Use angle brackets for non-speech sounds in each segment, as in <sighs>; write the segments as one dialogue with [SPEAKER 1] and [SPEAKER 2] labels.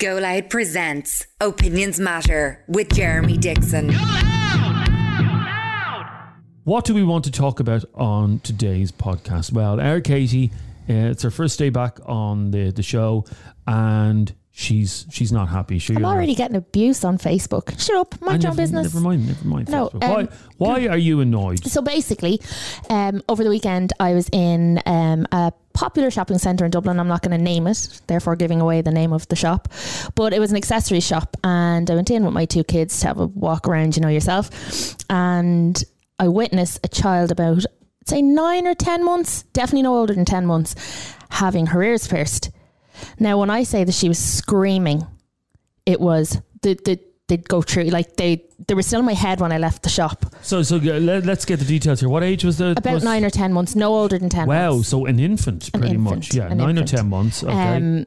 [SPEAKER 1] Go Loud presents Opinions Matter with Jeremy Dixon.
[SPEAKER 2] What do we want to talk about on today's podcast? Well, Eric Katie, uh, it's her first day back on the, the show, and she's she's not happy. She uh,
[SPEAKER 3] I'm already getting abused on Facebook. Shut up,
[SPEAKER 2] I
[SPEAKER 3] mind your own
[SPEAKER 2] never-
[SPEAKER 3] business.
[SPEAKER 2] Never mind, never mind.
[SPEAKER 3] No,
[SPEAKER 2] Facebook. why
[SPEAKER 3] um,
[SPEAKER 2] why are you annoyed?
[SPEAKER 3] So basically, um, over the weekend, I was in um, a popular shopping centre in Dublin. I'm not going to name it, therefore giving away the name of the shop. But it was an accessory shop, and I went in with my two kids to have a walk around, you know yourself. And I witnessed a child about, I'd say, nine or 10 months, definitely no older than 10 months, having her ears pierced. Now, when I say that she was screaming, it was the, the, they'd go through like they they were still in my head when I left the shop.
[SPEAKER 2] So so uh, let, us get the details here. What age was the
[SPEAKER 3] About
[SPEAKER 2] was-
[SPEAKER 3] nine or ten months, no older than ten.
[SPEAKER 2] Wow,
[SPEAKER 3] months.
[SPEAKER 2] so an infant,
[SPEAKER 3] An
[SPEAKER 2] pretty
[SPEAKER 3] infant,
[SPEAKER 2] much. Yeah,
[SPEAKER 3] an
[SPEAKER 2] nine
[SPEAKER 3] infant.
[SPEAKER 2] or ten months. Okay.
[SPEAKER 3] Um,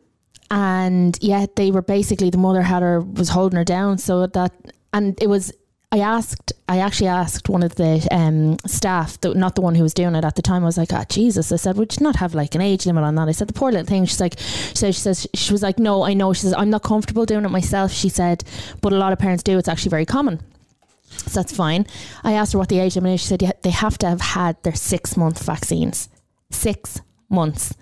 [SPEAKER 3] and yeah, they were basically the mother had her was holding her down, so that and it was. I asked, I actually asked one of the um, staff, the, not the one who was doing it at the time. I was like, "Ah, Jesus!" I said, "Would you not have like an age limit on that?" I said, "The poor little thing." She's like, she says, she says, she was like, "No, I know." She says, "I'm not comfortable doing it myself." She said, "But a lot of parents do. It's actually very common." So that's fine. I asked her what the age limit is. She said, yeah, "They have to have had their six month vaccines, six months."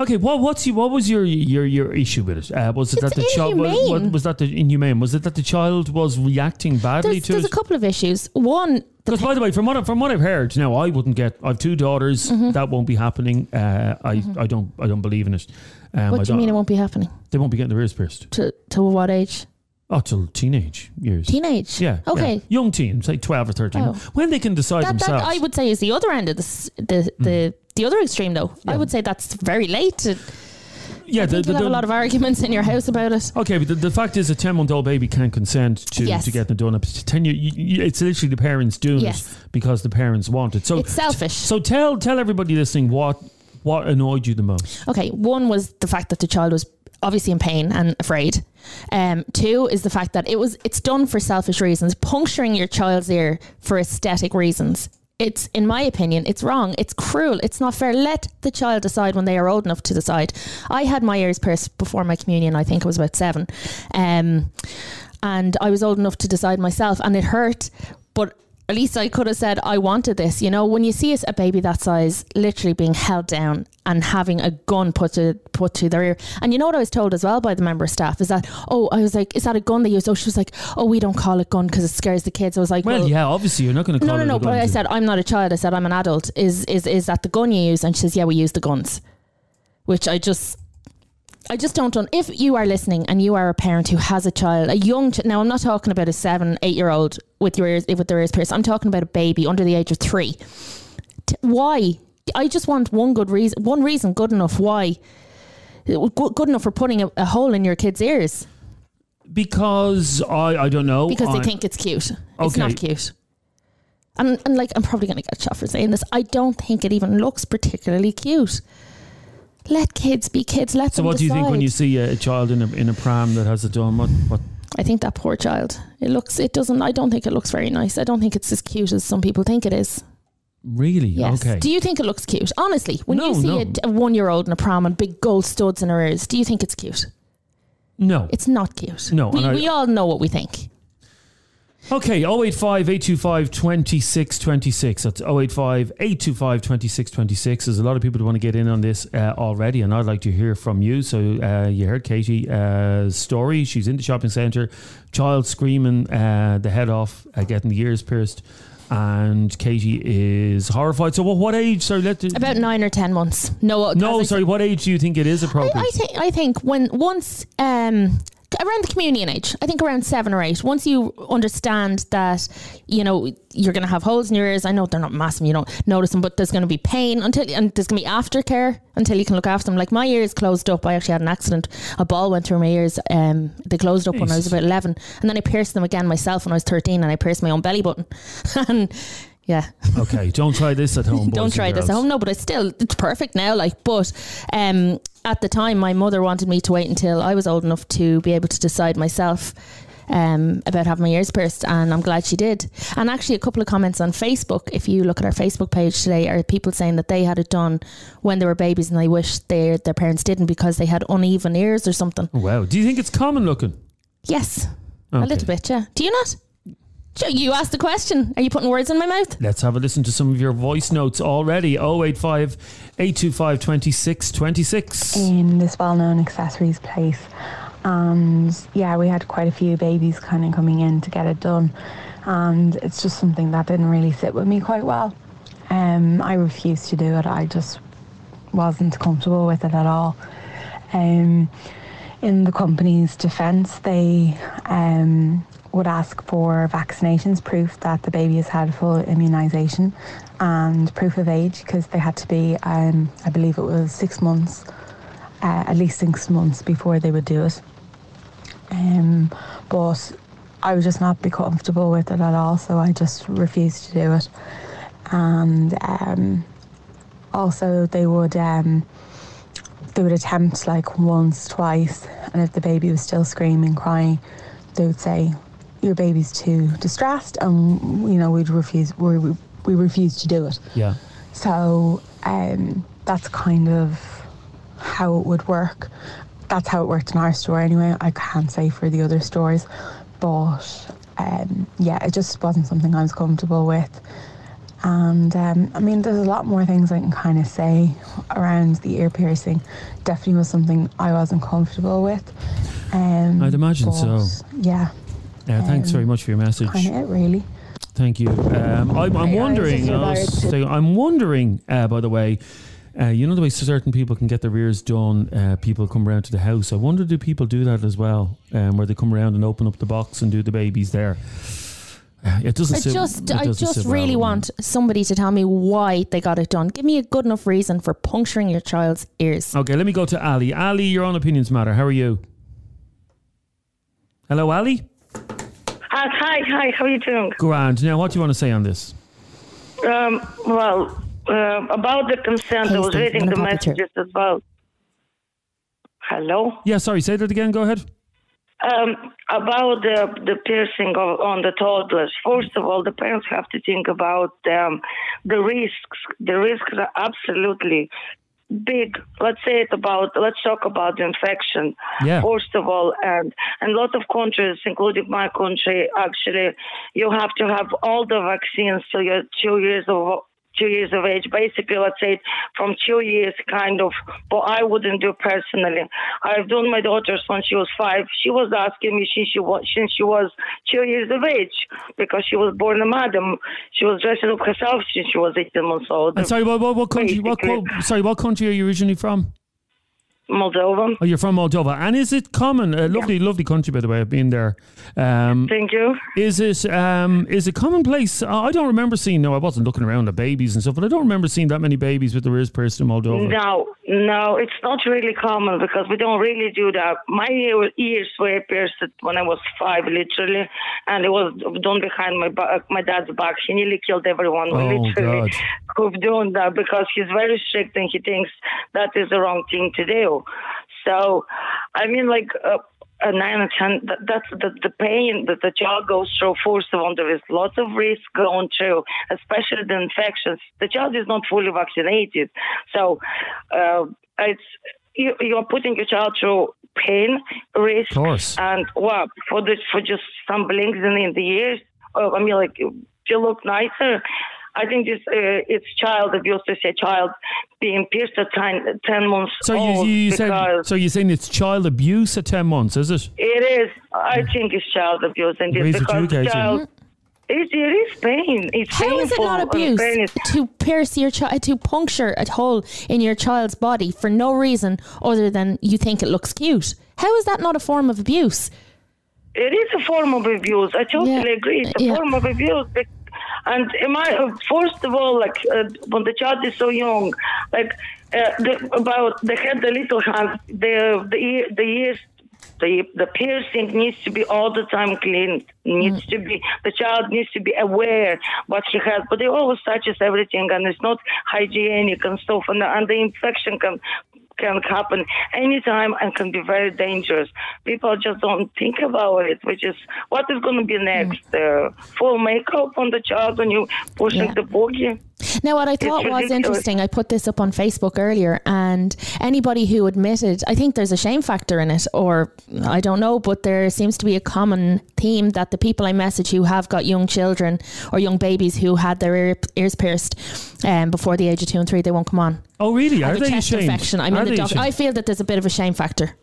[SPEAKER 2] okay, what what's your, what was your your your issue with it? Uh, was it
[SPEAKER 3] It's
[SPEAKER 2] that the child was,
[SPEAKER 3] inhumane.
[SPEAKER 2] what, was that the inhumane? Was it that the child was reacting badly
[SPEAKER 3] There's,
[SPEAKER 2] to
[SPEAKER 3] there's
[SPEAKER 2] it?
[SPEAKER 3] a couple of issues. One, the
[SPEAKER 2] Because by the way, from what I- from what I've heard, now I wouldn't get. I have two daughters.
[SPEAKER 3] Mm-hmm.
[SPEAKER 2] That won't be happening. Uh, I I don't I don't believe in it. Um, I
[SPEAKER 3] What do
[SPEAKER 2] don't-
[SPEAKER 3] you mean it won't be happening?
[SPEAKER 2] They won't be getting their ears pierced.
[SPEAKER 3] To to what age?
[SPEAKER 2] Oh, till teenage years.
[SPEAKER 3] Teenage.
[SPEAKER 2] yeah. yeah.
[SPEAKER 3] Okay.
[SPEAKER 2] Young teens, like twelve or thirteen,
[SPEAKER 3] Oh.
[SPEAKER 2] when they can decide
[SPEAKER 3] That, that
[SPEAKER 2] themselves. Hmm.
[SPEAKER 3] I would say is the other end of this, the the the other extreme though. I would say that's very late. To,
[SPEAKER 2] yeah.
[SPEAKER 3] I think you'll have a lot of arguments in your house about it.
[SPEAKER 2] Okay, but the, the fact is, a ten-month-old baby can't consent to,
[SPEAKER 3] Yes.
[SPEAKER 2] to getting it done. Up to ten year, you, you- it's literally the parents doing
[SPEAKER 3] Yes.
[SPEAKER 2] it because the parents want it. So
[SPEAKER 3] It's selfish.
[SPEAKER 2] So tell tell everybody listening what what annoyed you the most.
[SPEAKER 3] Okay, one was the fact that the child was obviously in pain and afraid. Um, two is the fact that it was it's done for selfish reasons, puncturing your child's ear for aesthetic reasons. It's, in my opinion, it's wrong. It's cruel. It's not fair. Let the child decide when they are old enough to decide. I had my ears pierced before my communion. I think I was about seven, um, and I was old enough to decide myself, and it hurt, but at least I could have said I wanted this. You know, when you see a baby that size literally being held down and having a gun put to put to their ear, and you know what I was told as well by the member of staff is that oh I was like is that a gun they use? Oh she was like oh we don't call it gun because it scares the kids. I was like
[SPEAKER 2] Well,
[SPEAKER 3] well,
[SPEAKER 2] yeah, obviously you're not going to call
[SPEAKER 3] No, no,
[SPEAKER 2] it a
[SPEAKER 3] no. But
[SPEAKER 2] gun
[SPEAKER 3] I
[SPEAKER 2] to-
[SPEAKER 3] said I'm not a child. I said I'm an adult. Is is is that the gun you use? And she says, yeah, we use the guns, which I just I just don't. Un- if you are listening and you are a parent who has a child, a young child. Now, I'm not talking about a seven, eight year old with your ears with their ears pierced. I'm talking about a baby under the age of three. T- why? I just want one good reason. One reason good enough. Why? Good, good enough for putting a, a hole in your kid's ears
[SPEAKER 2] Because I, I don't know.
[SPEAKER 3] because
[SPEAKER 2] Oh, I-
[SPEAKER 3] they think it's cute. It's
[SPEAKER 2] Okay.
[SPEAKER 3] not cute. And, and like I'm probably going to get shot for saying this. I don't think it even looks particularly cute. Let kids be kids. Let
[SPEAKER 2] So
[SPEAKER 3] them
[SPEAKER 2] what do you think when
[SPEAKER 3] decide.
[SPEAKER 2] you see a, a child in a in a pram that has a dome? What, what
[SPEAKER 3] I think that poor child. It looks. It doesn't. I don't think it looks very nice. I don't think it's as cute as some people think it is.
[SPEAKER 2] really?
[SPEAKER 3] Yes.
[SPEAKER 2] Okay.
[SPEAKER 3] Do you think it looks cute? Honestly, when
[SPEAKER 2] No,
[SPEAKER 3] you see
[SPEAKER 2] no.
[SPEAKER 3] a, a one-year-old in a pram and big gold studs in her ears, do you think it's cute?
[SPEAKER 2] no.
[SPEAKER 3] It's not cute.
[SPEAKER 2] No,
[SPEAKER 3] We,
[SPEAKER 2] Oh, and I-
[SPEAKER 3] we all know what we think.
[SPEAKER 2] Okay. 085 825 2626. That's 085 825 2626. There's a lot of people that want to get in on this uh, already, and I'd like to hear from you. So uh, you heard Katie's uh, story. She's in the shopping centre, child screaming uh, the head off, uh, getting the ears pierced. And Katie is horrified. So, what, what age? Sorry, let the,
[SPEAKER 3] About nine or ten months. No.
[SPEAKER 2] no,
[SPEAKER 3] as I
[SPEAKER 2] sorry. What age do you think it is appropriate?
[SPEAKER 3] I, I think <laughs> I think when once um around the communion age, I think around seven or eight, once you understand that you know you're going to have holes in your ears. I know they're not massive, you don't notice them, but there's going to be pain until and there's going to be aftercare until you can look after them. Like my ears closed up. I actually had an accident. A ball went through my ears. Um, they closed up when I was
[SPEAKER 2] Jesus.
[SPEAKER 3] about eleven, and then I pierced them again myself when I was thirteen, and I pierced my own belly button. <laughs> and yeah,
[SPEAKER 2] Okay, don't try this at home. Boys
[SPEAKER 3] don't try
[SPEAKER 2] and
[SPEAKER 3] this at
[SPEAKER 2] girls.
[SPEAKER 3] home. No, but it's still it's perfect now. Like, but um, at the time, my mother wanted me to wait until I was old enough to be able to decide myself. um, about having my ears pierced, and I'm glad she did. And actually, a couple of comments on Facebook, if you look at our Facebook page today, are people saying that they had it done when they were babies and they wish their their parents didn't because they had uneven ears or something.
[SPEAKER 2] Wow. Do you think it's common looking?
[SPEAKER 3] Yes, a
[SPEAKER 2] Okay.
[SPEAKER 3] little bit. Yeah. Do you not? Sure, You asked the question. Are you putting words in my mouth?
[SPEAKER 2] Let's have a listen to some of your voice notes already. 085 825 26 26.
[SPEAKER 4] in this well-known accessories place and yeah we had quite a few babies kind of coming in to get it done and it's just something that didn't really sit with me quite well um, i refused to do it i just wasn't comfortable with it at all um, in the company's defence they um, would ask for vaccinations proof that the baby has had full immunisation and proof of age because they had to be um, i believe it was six months uh, at least six months before they would do it. Um, but I would just not be comfortable with it at all, so I just refused to do it. And um, also, they would um, they would attempt like once, twice, and if the baby was still screaming, crying, they would say, "Your baby's too distressed," and you know we'd refuse. We we- we refused to do it.
[SPEAKER 2] Yeah.
[SPEAKER 4] So um, that's kind of how it would work. That's how it worked in our store anyway. I can't say for the other stores, but um, yeah, it just wasn't something I was comfortable with. And um, I mean, there's a lot more things I can kind of say around the ear piercing. Definitely was something I wasn't comfortable with. Um,
[SPEAKER 2] I'd imagine so.
[SPEAKER 4] but, Yeah,
[SPEAKER 2] Uh, thanks
[SPEAKER 3] Um,
[SPEAKER 2] very much for your message.
[SPEAKER 4] kind of it really.
[SPEAKER 2] Thank you. Um, I'm, I'm wondering. I was saying- I'm wondering. Uh, by the way, uh, you know the way certain people can get their ears done. Uh, people come round to the house. I wonder do people do that as well, um, where they come around and open up the box and do the babies there. Uh, It doesn't.
[SPEAKER 3] I
[SPEAKER 2] sit-
[SPEAKER 3] just,
[SPEAKER 2] it
[SPEAKER 3] I
[SPEAKER 2] doesn't
[SPEAKER 3] just
[SPEAKER 2] sit well
[SPEAKER 3] really
[SPEAKER 2] with me.
[SPEAKER 3] want somebody to tell me why they got it done. Give me a good enough reason for puncturing your child's ears.
[SPEAKER 2] Okay, let me go to Ali. Ali, your own opinions matter. How are you? Hello, Ali.
[SPEAKER 5] Uh, hi, hi, how are you doing?
[SPEAKER 2] Grand. Now, what do you want to say on this?
[SPEAKER 5] Um, well, uh, about the consent, I was
[SPEAKER 3] Hey, Steve,
[SPEAKER 5] reading
[SPEAKER 3] wanna
[SPEAKER 5] the
[SPEAKER 3] pop it through?
[SPEAKER 5] messages as well. Hello?
[SPEAKER 2] Yeah, sorry. Say that again. Go ahead.
[SPEAKER 5] Um, about the, the piercing of, on the toddlers. First of all, the parents have to think about um, the risks. The risks are absolutely big. Let's say it about. Let's talk about infection.
[SPEAKER 2] Yeah.
[SPEAKER 5] First of all, and and lot of countries, including my country, actually, you have to have all the vaccines till you're two years of two years of age. Basically, let's say from two years, kind of. But I wouldn't do personally. I've done my daughter's when she was five. She was asking me since she was since she was two years of age because she was born a madam. She was dressing up herself since she was eighteen months old.
[SPEAKER 2] And sorry, what, what, what country? What, what, sorry, what country are you originally from?
[SPEAKER 5] Moldova.
[SPEAKER 2] Oh, you're from Moldova, and is it common? A lovely, lovely country, by the way. I've been there. Um,
[SPEAKER 5] Thank you.
[SPEAKER 2] is it um, is it commonplace? I I don't remember seeing. No, I wasn't looking around at babies and stuff, but I don't remember seeing that many babies with the ears pierced in Moldova.
[SPEAKER 5] No, no, it's not really common because we don't really do that. My ear, ears were pierced when I was five, literally, and it was done behind my back, my dad's back. He nearly killed everyone,
[SPEAKER 6] <laughs>
[SPEAKER 2] Oh,
[SPEAKER 5] literally,
[SPEAKER 2] God.
[SPEAKER 5] who've done that because he's very strict and he thinks that is the wrong thing to do. So, I mean, like. Uh, a nine or ten, that, that's the, the pain that the child goes through. First of all, there is lots of risk going through, especially the infections. The child is not fully vaccinated. So uh, it's you, you're putting your child through pain, risk,
[SPEAKER 2] course.
[SPEAKER 5] and wow, for the, for just some blinks in, in the ears. Uh, I mean, like you look nicer. I think this uh, it's child abuse to say child being pierced at 10, 10 months
[SPEAKER 2] So you,
[SPEAKER 5] old
[SPEAKER 2] you, you said
[SPEAKER 5] because
[SPEAKER 2] so you're saying it's child abuse at ten months, is it?
[SPEAKER 5] it is. I think it's child abuse, and it's
[SPEAKER 2] Raise it
[SPEAKER 5] because
[SPEAKER 2] you guys,
[SPEAKER 5] child. It, it is pain. It's
[SPEAKER 3] How
[SPEAKER 5] painful.
[SPEAKER 3] is it not
[SPEAKER 5] and
[SPEAKER 3] abuse
[SPEAKER 5] pain is-
[SPEAKER 3] to pierce your child, to puncture a hole in your child's body for no reason other than you think it looks cute? How is that not a form of abuse?
[SPEAKER 5] It is a form of abuse. I totally
[SPEAKER 3] Yeah.
[SPEAKER 5] agree. It's a
[SPEAKER 3] Yeah.
[SPEAKER 5] form of abuse. Be- And am I, uh, first of all, like uh, when the child is so young, like uh, the, about they had the little hand, the the ear, the ears, the the piercing needs to be all the time cleaned.
[SPEAKER 3] Mm.
[SPEAKER 5] Needs to be the child needs to be aware what he has, but they always touches everything and it's not hygienic and stuff, and the, and the infection can can happen anytime and can be very dangerous. People just don't think about it, which is what is going to be next? Uh, full makeup on the child when you pushing
[SPEAKER 3] Hmm. Yeah.
[SPEAKER 5] the boogie.
[SPEAKER 3] Now, what I thought was
[SPEAKER 5] ridiculous.
[SPEAKER 3] interesting, I put this up on Facebook earlier, and anybody who admitted, I think there's a shame factor in it, or I don't know, but there seems to be a common theme that the people I message who have got young children or young babies who had their ear, ears pierced um, before the age of two and three, they won't come on.
[SPEAKER 2] Oh, really? Are
[SPEAKER 3] Have a
[SPEAKER 2] they
[SPEAKER 3] chest
[SPEAKER 2] ashamed?
[SPEAKER 3] infection. I mean,
[SPEAKER 2] Are
[SPEAKER 3] the
[SPEAKER 2] they
[SPEAKER 3] doc-
[SPEAKER 2] ashamed?
[SPEAKER 3] I feel that there's a bit of a shame factor.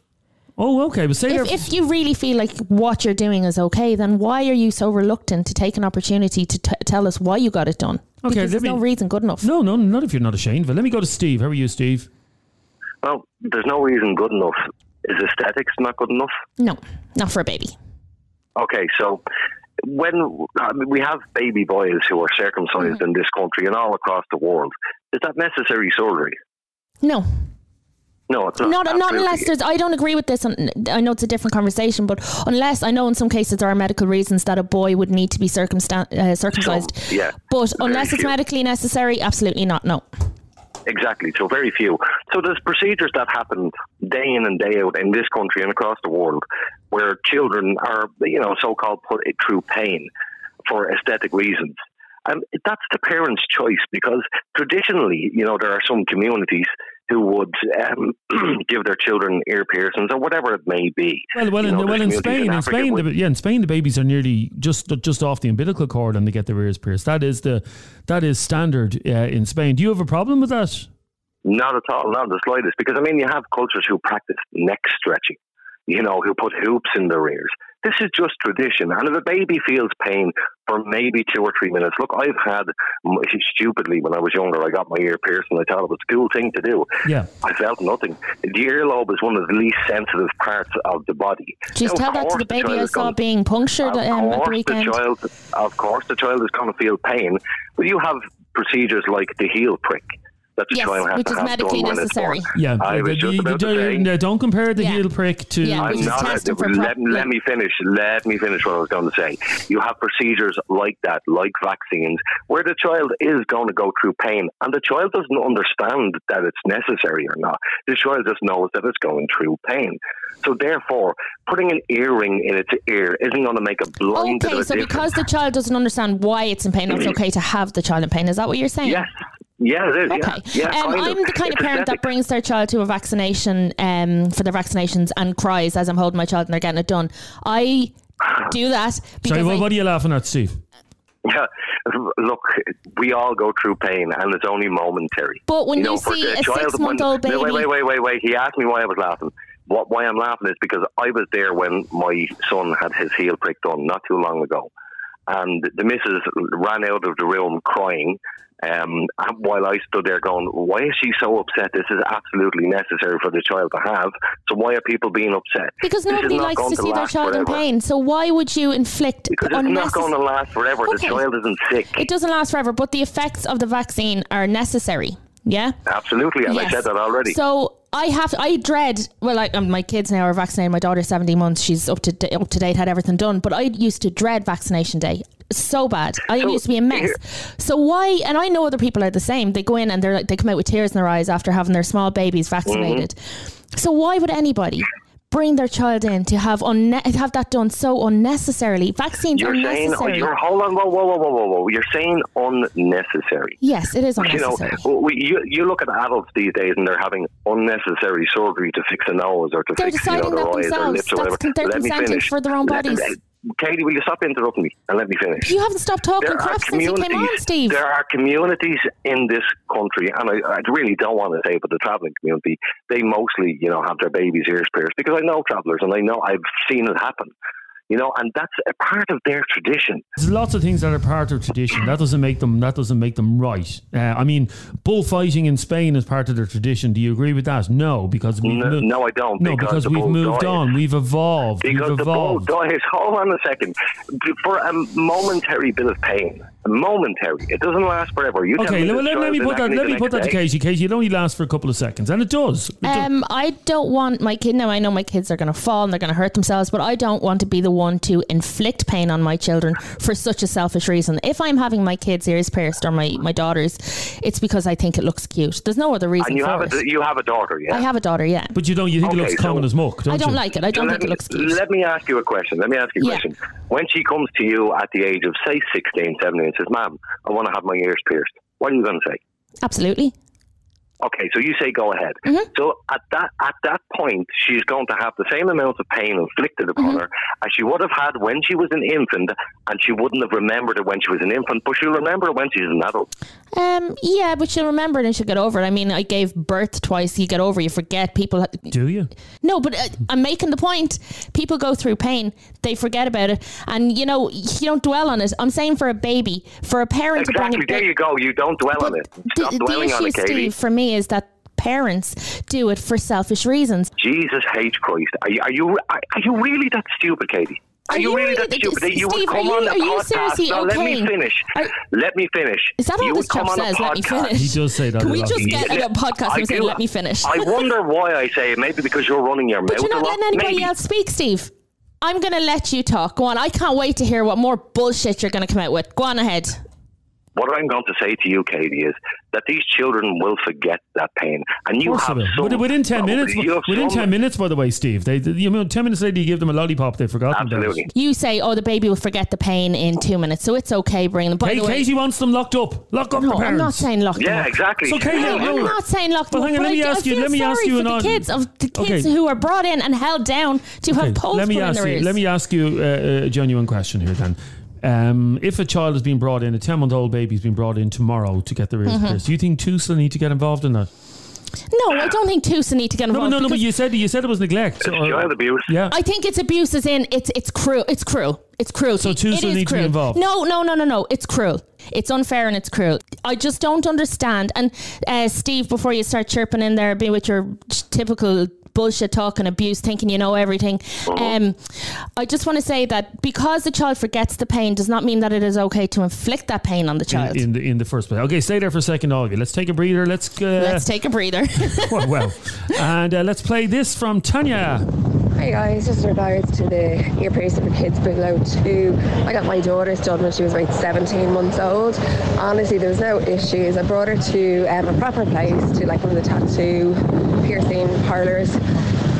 [SPEAKER 2] oh, okay. Well, say they're-
[SPEAKER 3] If, if you really feel like what you're doing is okay, then why are you so reluctant to take an opportunity to t- tell us why you got it done?
[SPEAKER 2] Okay,
[SPEAKER 3] because
[SPEAKER 2] let
[SPEAKER 3] there's no
[SPEAKER 2] me-
[SPEAKER 3] reason good enough.
[SPEAKER 2] no, no, not if you're not ashamed. But let me go to Steve. How are you, Steve?
[SPEAKER 7] Well, there's no reason good enough. Is aesthetics not good enough?
[SPEAKER 3] No, not for a baby.
[SPEAKER 7] Okay, so when I mean, we have baby boys who are circumcised
[SPEAKER 3] Mm-hmm.
[SPEAKER 7] in this country and all across the world, is that necessary surgery?
[SPEAKER 3] No,
[SPEAKER 7] No, it's Ah, not.
[SPEAKER 3] not not
[SPEAKER 7] Absolutely.
[SPEAKER 3] unless there's. I don't agree with this. and I know it's a different conversation, but unless I know in some cases there are medical reasons that a boy would need to be circumstan- uh, circumcised.
[SPEAKER 7] yeah,
[SPEAKER 3] But
[SPEAKER 7] very
[SPEAKER 3] unless it's
[SPEAKER 7] few.
[SPEAKER 3] medically necessary, absolutely not. No.
[SPEAKER 7] Exactly. So very few. So there's procedures that happen day in and day out in this country and across the world where children are, you know, so-called put it through pain for aesthetic reasons. And that's the parents' choice because traditionally, you know, there are some communities who would um, <clears throat> give their children ear piercings or whatever it may be.
[SPEAKER 2] Well, well,
[SPEAKER 7] You
[SPEAKER 2] in,
[SPEAKER 7] know,
[SPEAKER 2] well,
[SPEAKER 7] there's
[SPEAKER 2] in
[SPEAKER 7] communities
[SPEAKER 2] Spain, in
[SPEAKER 7] Africa
[SPEAKER 2] Spain,
[SPEAKER 7] where-
[SPEAKER 2] the, yeah, in Spain, the babies are nearly just just off the umbilical cord and they get their ears pierced. That is the that is standard uh, in Spain. Do you have a problem with that?
[SPEAKER 7] Not at all, not the slightest. Because I mean, you have cultures who practice neck stretching, you know, who put hoops in their ears. This is just tradition. And if a baby feels pain for maybe two or three minutes, look, I've had <laughs> m- stupidly when I was younger, I got my ear pierced and I thought it was a cool thing to do.
[SPEAKER 2] Yeah.
[SPEAKER 7] I felt nothing. The earlobe is one of the least sensitive parts of the body.
[SPEAKER 3] Just
[SPEAKER 7] Now,
[SPEAKER 3] tell
[SPEAKER 7] of
[SPEAKER 3] that to
[SPEAKER 7] course
[SPEAKER 3] the baby
[SPEAKER 7] child
[SPEAKER 3] I
[SPEAKER 7] is
[SPEAKER 3] saw
[SPEAKER 7] gonna-
[SPEAKER 3] being punctured um,
[SPEAKER 7] of
[SPEAKER 3] at the
[SPEAKER 7] course,
[SPEAKER 3] weekend.
[SPEAKER 7] the child, of course, the child is going to feel pain. But you have procedures like the heel prick that the
[SPEAKER 3] Yes,
[SPEAKER 7] child has
[SPEAKER 3] which
[SPEAKER 7] to
[SPEAKER 3] is
[SPEAKER 7] have
[SPEAKER 3] medically
[SPEAKER 7] done when
[SPEAKER 3] necessary.
[SPEAKER 7] It's born.
[SPEAKER 2] Yeah,
[SPEAKER 7] I was just about to say-
[SPEAKER 2] no, don't compare the
[SPEAKER 3] Yeah.
[SPEAKER 2] heel prick to.
[SPEAKER 3] Yeah.
[SPEAKER 7] I'm
[SPEAKER 3] Which is
[SPEAKER 7] not.
[SPEAKER 3] testing for
[SPEAKER 7] let,
[SPEAKER 3] pro-
[SPEAKER 7] let me finish. Let me finish what I was going to say. You have procedures like that, like vaccines, where the child is going to go through pain, and the child doesn't understand that it's necessary or not. The child just knows that it's going through pain. So therefore, putting an earring in its ear isn't going to make a blind bit of
[SPEAKER 3] Okay,
[SPEAKER 7] a
[SPEAKER 3] so
[SPEAKER 7] difference.
[SPEAKER 3] because the child doesn't understand why it's in pain,
[SPEAKER 7] <clears throat>
[SPEAKER 3] it's okay to have the child in pain. Is that what you're saying?
[SPEAKER 7] yes, yeah, it is.
[SPEAKER 3] Okay.
[SPEAKER 7] Yeah, yeah
[SPEAKER 3] um,
[SPEAKER 7] kind
[SPEAKER 3] I'm the kind
[SPEAKER 7] <laughs> It's
[SPEAKER 3] of parent
[SPEAKER 7] aesthetic.
[SPEAKER 3] that brings their child to a vaccination um, for their vaccinations and cries as I'm holding my child and they're getting it done. I do that
[SPEAKER 2] <sighs>
[SPEAKER 3] because
[SPEAKER 2] Sorry, what,
[SPEAKER 3] I-
[SPEAKER 2] what are you laughing at, Steve?
[SPEAKER 7] Yeah, look, we all go through pain, and it's only momentary.
[SPEAKER 3] But when you
[SPEAKER 7] for
[SPEAKER 3] see
[SPEAKER 7] the
[SPEAKER 3] a
[SPEAKER 7] child-
[SPEAKER 3] six-month-old
[SPEAKER 7] when- no,
[SPEAKER 3] baby-
[SPEAKER 7] wait, wait, wait, wait, wait. He asked me why I was laughing. What? Why I'm laughing is because I was there when my son had his heel prick done not too long ago, and the missus ran out of the room crying. Um, and while I stood there going, why is she so upset? This is absolutely necessary for the child to have. So why are people being upset?
[SPEAKER 3] because
[SPEAKER 7] This is
[SPEAKER 3] nobody
[SPEAKER 7] not
[SPEAKER 3] likes
[SPEAKER 7] going
[SPEAKER 3] to see their
[SPEAKER 7] last
[SPEAKER 3] child in
[SPEAKER 7] forever.
[SPEAKER 3] pain. So why would you inflict
[SPEAKER 7] Because it's not going to
[SPEAKER 3] unnecessary?
[SPEAKER 7] last forever.
[SPEAKER 3] Okay.
[SPEAKER 7] The child isn't sick.
[SPEAKER 3] It doesn't last forever, but the effects of the vaccine are necessary. Yeah.
[SPEAKER 7] Absolutely, and I
[SPEAKER 3] Yes.
[SPEAKER 7] said that already.
[SPEAKER 3] So I have I dread well like um, my kids now are vaccinated. My daughter's seventeen months; she's up to da- up to date, had everything done. But I used to dread vaccination day so bad. I
[SPEAKER 7] So,
[SPEAKER 3] used to be a mess.
[SPEAKER 7] here-
[SPEAKER 3] So why? And I know other people are the same. They go in and they're like they come out with tears in their eyes after having their small babies
[SPEAKER 7] Mm-hmm.
[SPEAKER 3] vaccinated. So why would anybody? Bring their child in to have unne- have that done so unnecessarily. Vaccines
[SPEAKER 7] You're
[SPEAKER 3] are
[SPEAKER 7] saying oh,
[SPEAKER 3] necessary.
[SPEAKER 7] you're hold on, whoa, whoa, whoa, whoa, whoa, whoa. You're saying unnecessary.
[SPEAKER 3] yes, it is
[SPEAKER 7] You know,
[SPEAKER 3] unnecessary.
[SPEAKER 7] we, you you look at adults these days, and they're having unnecessary surgery to fix a nose or to
[SPEAKER 3] They're
[SPEAKER 7] fix you know,
[SPEAKER 3] deciding
[SPEAKER 7] their
[SPEAKER 3] that
[SPEAKER 7] eyes or
[SPEAKER 3] themselves.
[SPEAKER 7] lips or
[SPEAKER 3] That's
[SPEAKER 7] whatever.
[SPEAKER 3] con- they're
[SPEAKER 7] let me
[SPEAKER 3] consenting
[SPEAKER 7] finies.
[SPEAKER 3] for their own
[SPEAKER 7] Let-
[SPEAKER 3] bodies.
[SPEAKER 7] Katie, will you stop interrupting me and let me finish?
[SPEAKER 3] you haven't stopped talking crap since you came on, Steve.
[SPEAKER 7] There are communities in this country, and I, I really don't want to say, but the traveling community, they mostly, you know, have their babies' ears pierced because I know travelers and I know I've seen it happen, you know, and that's a part of their tradition.
[SPEAKER 2] There's lots of things that are part of tradition. That doesn't make them. That doesn't make them right. Uh, I mean, bullfighting in Spain is part of their tradition. Do you agree with that? No, because we
[SPEAKER 7] No, no, I don't.
[SPEAKER 2] No,
[SPEAKER 7] because
[SPEAKER 2] because,
[SPEAKER 7] the
[SPEAKER 2] we've
[SPEAKER 7] bull
[SPEAKER 2] moved
[SPEAKER 7] died.
[SPEAKER 2] on. We've evolved.
[SPEAKER 7] Because
[SPEAKER 2] we've
[SPEAKER 7] the bull
[SPEAKER 2] evolved.
[SPEAKER 7] dies, <laughs> hold on a second, for a momentary bit of pain, momentary, it doesn't last forever. You tell
[SPEAKER 2] Okay,
[SPEAKER 7] me
[SPEAKER 2] let,
[SPEAKER 7] this
[SPEAKER 2] let, let
[SPEAKER 7] child
[SPEAKER 2] me
[SPEAKER 7] didn't
[SPEAKER 2] put that.
[SPEAKER 7] acne
[SPEAKER 2] Let
[SPEAKER 7] the
[SPEAKER 2] me put that
[SPEAKER 7] next
[SPEAKER 2] to
[SPEAKER 7] day.
[SPEAKER 2] Casey. Casey, it only lasts for a couple of seconds, and it does. It does.
[SPEAKER 3] Um, I don't want my kid now. I know my kids are going to fall and they're going to hurt themselves, but I don't want to be the one to inflict pain on my children for such a selfish reason. If I'm having my kids' ears pierced or my, my daughter's, it's because I think it looks cute. There's no other reason
[SPEAKER 7] And you
[SPEAKER 3] for
[SPEAKER 7] have
[SPEAKER 3] it.
[SPEAKER 7] a you have a daughter, yeah?
[SPEAKER 3] I have a daughter, yeah.
[SPEAKER 2] But you don't. You think it
[SPEAKER 7] Okay,
[SPEAKER 2] looks
[SPEAKER 7] so-
[SPEAKER 2] common as muck, don't
[SPEAKER 3] I don't
[SPEAKER 2] you?
[SPEAKER 3] like it. I don't
[SPEAKER 7] let
[SPEAKER 3] think
[SPEAKER 7] me,
[SPEAKER 3] it looks cute.
[SPEAKER 7] Let me ask you a question. Let me ask you a
[SPEAKER 3] Yeah.
[SPEAKER 7] question. When she comes to you at the age of, say, 16, 17, and says, Ma'am, I want to have my ears pierced, what are you going to say?
[SPEAKER 3] Absolutely.
[SPEAKER 7] Okay, so you say go ahead.
[SPEAKER 3] Mm-hmm.
[SPEAKER 7] So at that at that point, she's going to have the same amount of pain inflicted upon
[SPEAKER 3] Mm-hmm.
[SPEAKER 7] her as she would have had when she was an infant, and she wouldn't have remembered it when she was an infant, but she'll remember it when she's an adult.
[SPEAKER 3] Um, yeah, but she'll remember it and she'll get over it. I mean, I gave birth twice. You get over, it, you forget. People
[SPEAKER 2] Do you?
[SPEAKER 3] No, but uh, I'm making the point. People go through pain, they forget about it, and you know you don't dwell on it. I'm saying for a baby, for a parent to bring
[SPEAKER 7] Exactly.
[SPEAKER 3] it.
[SPEAKER 7] There you go. You don't dwell
[SPEAKER 3] but
[SPEAKER 7] on it.
[SPEAKER 3] the,
[SPEAKER 7] Stop
[SPEAKER 3] the
[SPEAKER 7] dwelling
[SPEAKER 3] issue,
[SPEAKER 7] on it, Katie.
[SPEAKER 3] Steve, for me is that parents do it for selfish reasons.
[SPEAKER 7] Jesus H Christ, are you are you, are are you really that stupid, Katie? Are,
[SPEAKER 3] Are
[SPEAKER 7] you
[SPEAKER 3] you
[SPEAKER 7] really
[SPEAKER 3] really
[SPEAKER 7] that
[SPEAKER 3] that-
[SPEAKER 7] stupid? that you
[SPEAKER 3] Steve,
[SPEAKER 7] would come
[SPEAKER 3] are you-
[SPEAKER 7] on a
[SPEAKER 3] are you
[SPEAKER 7] podcast.
[SPEAKER 3] seriously
[SPEAKER 7] now, let me
[SPEAKER 3] okay?
[SPEAKER 7] finish.
[SPEAKER 3] Are-
[SPEAKER 7] let me finish.
[SPEAKER 3] Is that all
[SPEAKER 7] you
[SPEAKER 3] this
[SPEAKER 7] would come
[SPEAKER 3] chap
[SPEAKER 7] on a
[SPEAKER 3] says? Let me
[SPEAKER 7] podcast-
[SPEAKER 3] finish. <laughs>
[SPEAKER 2] He does say that
[SPEAKER 3] Can
[SPEAKER 2] a
[SPEAKER 3] we
[SPEAKER 2] lot.
[SPEAKER 3] just
[SPEAKER 2] He-
[SPEAKER 3] get
[SPEAKER 7] Yeah,
[SPEAKER 3] a podcast
[SPEAKER 7] I
[SPEAKER 3] and say,
[SPEAKER 7] do.
[SPEAKER 3] "Let me finish"? <laughs>
[SPEAKER 7] I wonder why I say it. Maybe because you're running your mouth
[SPEAKER 3] But you're
[SPEAKER 7] a
[SPEAKER 3] not
[SPEAKER 7] lot.
[SPEAKER 3] letting anybody
[SPEAKER 7] Maybe.
[SPEAKER 3] else speak, Steve. I'm going to let you talk. Go on. I can't wait to hear what more bullshit you're going to come out with. Go on ahead.
[SPEAKER 7] What I'm going to say to you, Katie, is that these children will forget that pain, and you
[SPEAKER 2] Of course
[SPEAKER 7] have
[SPEAKER 2] they will.
[SPEAKER 7] some,
[SPEAKER 2] Within- within ten
[SPEAKER 7] probably,
[SPEAKER 2] minutes.
[SPEAKER 7] you have
[SPEAKER 2] Within
[SPEAKER 7] some-
[SPEAKER 2] ten minutes, by the way, Steve. They, you know, ten minutes later, you give them a lollipop. They forgot.
[SPEAKER 7] Absolutely.
[SPEAKER 3] You say, oh, the baby will forget the pain in two minutes, so it's okay bringing them. By
[SPEAKER 2] Hey,
[SPEAKER 3] the way,
[SPEAKER 2] Katie wants them locked up. Lock up the
[SPEAKER 3] no,
[SPEAKER 2] parents.
[SPEAKER 3] I'm not saying lock them
[SPEAKER 7] Yeah,
[SPEAKER 3] up.
[SPEAKER 7] exactly.
[SPEAKER 2] So, Katie,
[SPEAKER 3] No,
[SPEAKER 2] Yeah,
[SPEAKER 3] I'm
[SPEAKER 2] no.
[SPEAKER 3] not saying lock them
[SPEAKER 2] Well,
[SPEAKER 3] up.
[SPEAKER 2] hang on,
[SPEAKER 3] but
[SPEAKER 2] let me
[SPEAKER 3] I,
[SPEAKER 2] ask
[SPEAKER 3] I
[SPEAKER 2] you-
[SPEAKER 3] feel
[SPEAKER 2] let me ask
[SPEAKER 3] sorry
[SPEAKER 2] you
[SPEAKER 3] for
[SPEAKER 2] an
[SPEAKER 3] the
[SPEAKER 2] odd-
[SPEAKER 3] kids of the kids
[SPEAKER 2] Okay.
[SPEAKER 3] who are brought in and held down to have
[SPEAKER 2] Okay,
[SPEAKER 3] poles
[SPEAKER 2] let me
[SPEAKER 3] put
[SPEAKER 2] ask
[SPEAKER 3] in their
[SPEAKER 2] you,
[SPEAKER 3] ears.
[SPEAKER 2] let me ask you uh, a genuine question here then um, if a child has been brought in a 10 month old baby's been brought in tomorrow to get their ears
[SPEAKER 3] Mm-hmm.
[SPEAKER 2] pierced do you think TUSA need to get involved in that
[SPEAKER 3] no, I don't think Tusa need to get
[SPEAKER 2] no
[SPEAKER 3] involved.
[SPEAKER 2] but no no but
[SPEAKER 3] because
[SPEAKER 2] you said you said it was neglect uh,
[SPEAKER 7] It's child abuse.
[SPEAKER 2] yeah
[SPEAKER 3] I think it's abuse as in it's it's cruel. It's cruel. It's cruel.
[SPEAKER 2] So Tusa need to be involved?
[SPEAKER 3] No, no, no, no, no. It's cruel. It's unfair and it's cruel. I just don't understand. And uh, Steve, before you start chirping in there, be with your typical bullshit talk and abuse, thinking you know everything. Um, I just want to say that because the child forgets the pain does not mean that it is okay to inflict that pain on the child.
[SPEAKER 2] in, in the in the first place okay stay there for a second all of you let's take a breather let's uh,
[SPEAKER 3] Let's take a breather.
[SPEAKER 2] <laughs> well,
[SPEAKER 3] <laughs>
[SPEAKER 2] well. and uh, let's play this from Tanya
[SPEAKER 8] Hi guys, just in regards to the ear piercing for kids below two. I got my daughter's done when she was about 17 months old. Honestly, there was no issues. I brought her to um, a proper place, to like one of the tattoo piercing parlors.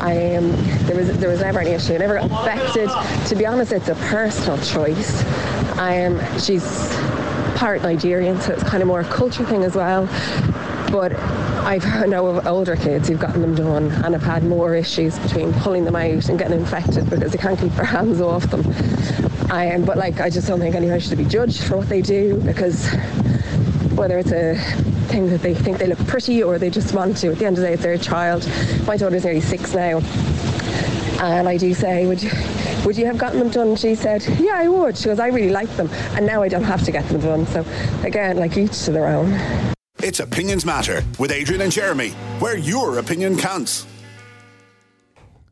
[SPEAKER 8] I um, there was there was never any issue. I never got affected. To be honest, it's a personal choice. Um, she's part Nigerian, so it's kind of more a culture thing as well. But I've I know of older kids who've gotten them done and have had more issues between pulling them out and getting infected because they can't keep their hands off them. I am, but like I just don't think anyone should be judged for what they do because whether it's a thing that they think they look pretty or they just want to. At the end of the day, it's their child. My daughter's nearly six now. And I do say, would you, would you have gotten them done? She said, yeah, I would. She goes, I really like them. And now I don't have to get them done. So again, like each to their own.
[SPEAKER 9] It's Opinions Matter with Adrian and Jeremy, where your opinion counts.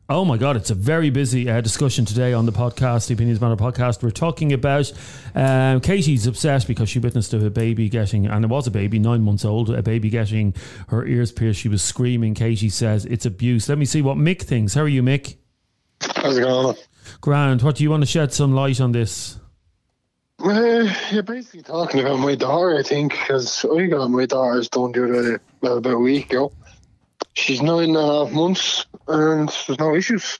[SPEAKER 2] Oh my God, it's a very busy uh, discussion today on the podcast, the Opinions Matter podcast. We're talking about um, Katie's obsessed because she witnessed a baby getting, and it was a baby, nine months old, a baby getting her ears pierced. She was screaming. Katie says it's abuse. Let me see what Mick thinks. How are you, Mick?
[SPEAKER 10] How's it going?
[SPEAKER 2] Grand. What do you want to shed some light on this?
[SPEAKER 10] Uh, you're basically talking about my daughter, I think, because I got my daughter's done the other well, about a week ago. She's nine and a half months, and there's no issues.